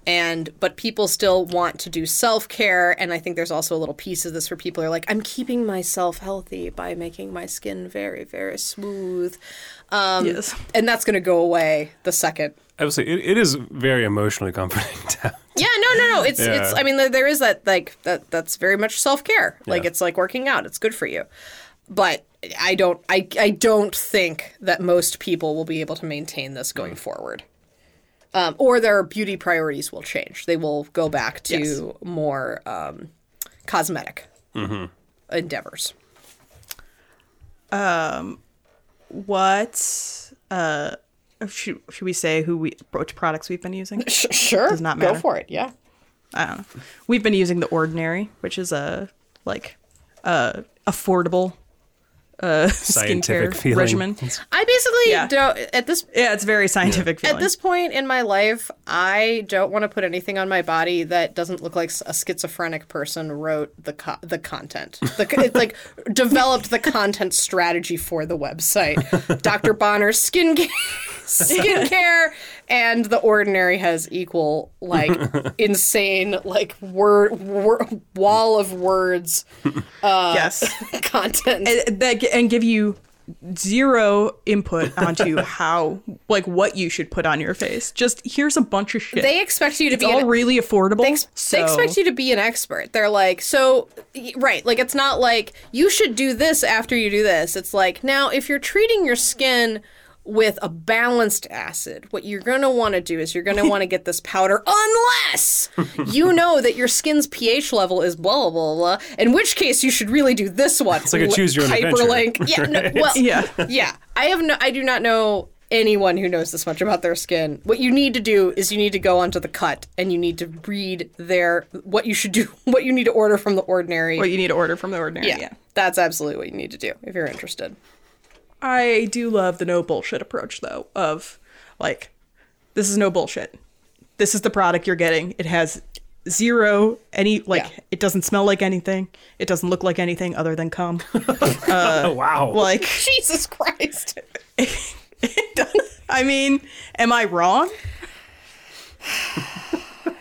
Speaker 3: And but people still want to do self care, and I think there's also a little piece of this where people are like, "I'm keeping myself healthy by making my skin very, very smooth," um,
Speaker 2: Yes.
Speaker 3: and that's going to go away the second
Speaker 1: I will say it, it is very emotionally comforting. To have.
Speaker 3: Yeah, no, no, no. It's
Speaker 1: Yeah.
Speaker 3: it's. I mean, there- there is that like that. That's very much self care. Like
Speaker 1: Yeah.
Speaker 3: it's like working out. It's good for you, but I don't. I I don't think that most people will be able to maintain this going
Speaker 1: Mm.
Speaker 3: forward, um, or their beauty priorities will change. They will go back to
Speaker 2: Yes.
Speaker 3: more um, cosmetic
Speaker 1: Mm-hmm.
Speaker 3: endeavors.
Speaker 2: What uh should, should we say who we which products we've been using?
Speaker 3: sure,
Speaker 2: Does not Go matter.
Speaker 3: Go for it. Yeah.
Speaker 2: I don't know. We've been using the ordinary, which is a like uh affordable uh
Speaker 1: Scientific
Speaker 2: skincare
Speaker 1: feeling.
Speaker 2: regimen.
Speaker 3: I basically
Speaker 2: Yeah.
Speaker 3: don't. At this
Speaker 2: Yeah, it's very scientific feeling.
Speaker 3: At this point in my life, I don't want to put anything on my body that doesn't look like a schizophrenic person wrote the co- the content. The, co- it's like developed the content strategy for the website. Dr. Bonner's skincare, skincare, and The Ordinary has equal like insane like word, wor- wall of words
Speaker 2: yes.
Speaker 3: content.
Speaker 2: and, that, and give you zero input onto how like what you should put on your face. Just here's a bunch of shit.
Speaker 3: they expect you to
Speaker 2: it's
Speaker 3: be
Speaker 2: all
Speaker 3: an
Speaker 2: really affordable.
Speaker 3: They, ex-
Speaker 2: so
Speaker 3: they expect you to be an expert. They're like, so, y- right, like it's not like you should do this after you do this. It's like, now, if you're treating your skin with a balanced acid, what you're going to want to do is you're going to want to get this powder unless you know that your skin's pH level is blah, blah, blah, blah, in which case you should really do this one. It's
Speaker 1: like a choose your own adventure,
Speaker 3: Hyperlink. Yeah, no, well,
Speaker 2: Yeah.
Speaker 3: yeah, I have no. I do not know anyone who knows this much about their skin. What you need to do is you need to go onto the cut and you need to read their what you should do, what you need to order from the ordinary.
Speaker 2: what you need to order from the ordinary.
Speaker 3: yeah,
Speaker 2: Yeah.
Speaker 3: that's absolutely what you need to do if you're interested.
Speaker 2: I do love the no bullshit approach though of like this is no bullshit. This is the product you're getting. It has zero any like
Speaker 3: Yeah.
Speaker 2: it doesn't smell like anything. It doesn't look like anything other than cum.
Speaker 3: Uh,
Speaker 1: oh wow.
Speaker 2: like
Speaker 3: Jesus Christ!
Speaker 2: I mean, am I wrong?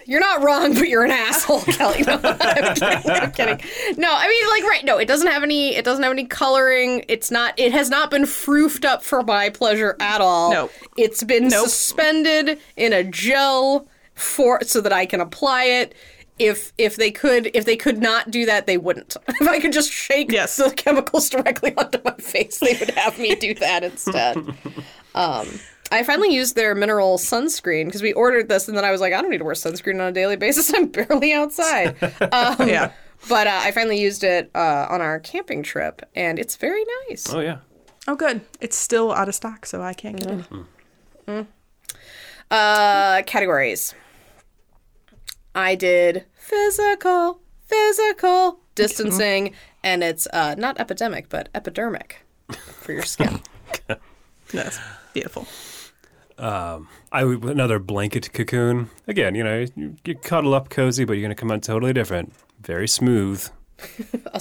Speaker 3: You're not wrong, but you're an asshole, Kelly. No, I'm kidding. I'm kidding. No, I mean like right. No, it doesn't have any. It doesn't have any coloring. It's not. It has not been froofed up for my pleasure at all.
Speaker 2: Nope.
Speaker 3: It's been
Speaker 2: Nope.
Speaker 3: suspended in a gel for so that I can apply it. If if they could if they could not do that, they wouldn't. If I could just shake
Speaker 2: Yes.
Speaker 3: the chemicals directly onto my face, they would have me do that instead. Um, I finally used their mineral sunscreen because we ordered this, and then I was like, I don't need to wear sunscreen on a daily basis. I'm barely outside.
Speaker 2: yeah.
Speaker 3: But uh, I finally used it uh, on our camping trip, and it's very nice.
Speaker 1: Oh yeah.
Speaker 2: Oh, good. It's still out of stock, so I can't get it.
Speaker 3: Uh, categories. I did physical, physical distancing, and it's uh, not epidemic, but epidermic for your skin.
Speaker 2: That's beautiful.
Speaker 1: I would- another blanket cocoon. Again, you know, you, you cuddle up cozy, but you're gonna come out totally different. Very smooth
Speaker 3: A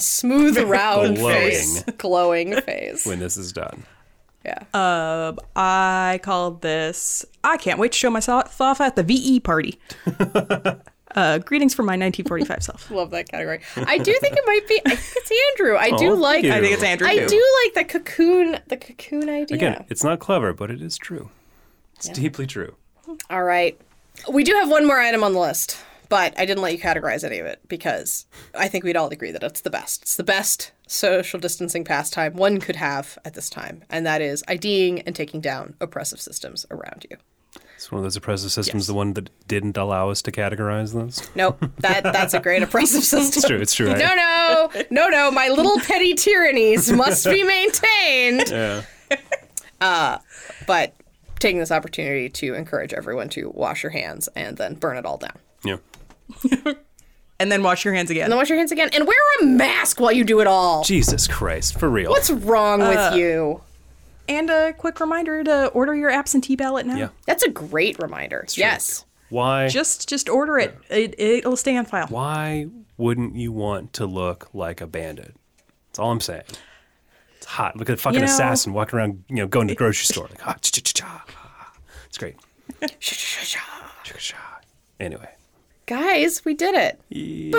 Speaker 3: smooth, round
Speaker 1: Glowing.
Speaker 3: face, glowing face.
Speaker 1: when this is done.
Speaker 3: Yeah.
Speaker 2: Um, I called this. I can't wait to show myself off at the VE party. uh, greetings from my 1945 self.
Speaker 3: Love that category. I do think it might be. I think it's Andrew. I do
Speaker 1: Oh,
Speaker 3: like.
Speaker 1: thank
Speaker 2: I
Speaker 1: you.
Speaker 2: think it's Andrew.
Speaker 3: I
Speaker 2: too.
Speaker 3: do like the cocoon. The cocoon idea.
Speaker 1: Again, it's not clever, but it is true. It's deeply true.
Speaker 3: All right. We do have one more item on the list, but I didn't let you categorize any of it because I think we'd all agree that it's the best. It's the best social distancing pastime one could have at this time, and that is IDing and taking down oppressive systems around you.
Speaker 1: It's one of those oppressive systems, the one that didn't allow us to categorize those.
Speaker 3: Nope, that that's a great oppressive system.
Speaker 1: It's true, it's true.
Speaker 3: No,
Speaker 1: I-
Speaker 3: no, no, no. My little petty tyrannies must be maintained. Uh,
Speaker 1: yeah.
Speaker 3: But taking this opportunity to encourage everyone to wash your hands and then burn it all down.
Speaker 1: Yeah.
Speaker 2: And then wash your hands again.
Speaker 3: And then wash your hands again and wear a mask while you do it all.
Speaker 1: Jesus Christ, for real.
Speaker 3: What's wrong with you?
Speaker 2: And a quick reminder to order your absentee ballot now.
Speaker 1: Yeah.
Speaker 3: That's a great reminder. Yes.
Speaker 1: Why?
Speaker 2: Just just order it. it it'll stay on file.
Speaker 1: why wouldn't you want to look like a bandit? That's all I'm saying. It's hot. Look at the fucking
Speaker 2: You know-
Speaker 1: assassin walking around, you know, going to the grocery store. Like, ah, cha-cha-cha. It's great. Cha-cha. Anyway.
Speaker 3: Guys, we did it.
Speaker 1: Yay!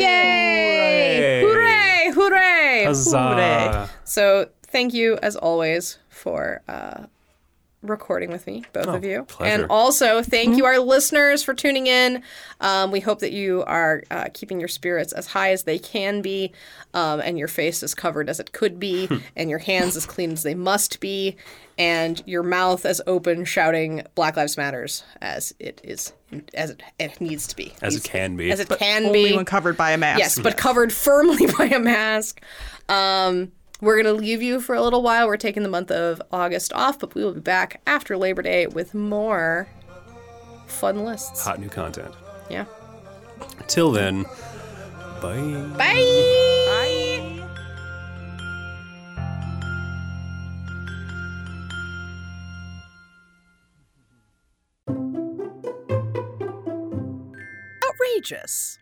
Speaker 3: Yay! Hooray! Hooray!
Speaker 1: Huzzah.
Speaker 3: so, thank you as always for uh, recording with me, both of you.
Speaker 1: Oh, pleasure. Mm-hmm.
Speaker 3: And also, thank you, our listeners, for tuning in. Um, we hope that you are uh, keeping your spirits as high as they can be, um, and your face as covered as it could be,
Speaker 1: Hmm.
Speaker 3: and your hands as clean as they must be, and your mouth as open, shouting "Black Lives Matters" as it is, as it, it needs to be,
Speaker 1: As it can be.
Speaker 3: as it can
Speaker 2: Only
Speaker 3: be.
Speaker 2: when covered by a mask.
Speaker 3: Yes, but covered firmly by a mask. Um, we're going to leave you for a little while. We're taking the month of August off, but we will be back after Labor Day with more fun lists.
Speaker 1: Hot new content.
Speaker 3: Yeah.
Speaker 1: Till then, bye.
Speaker 3: Bye. Outrageous.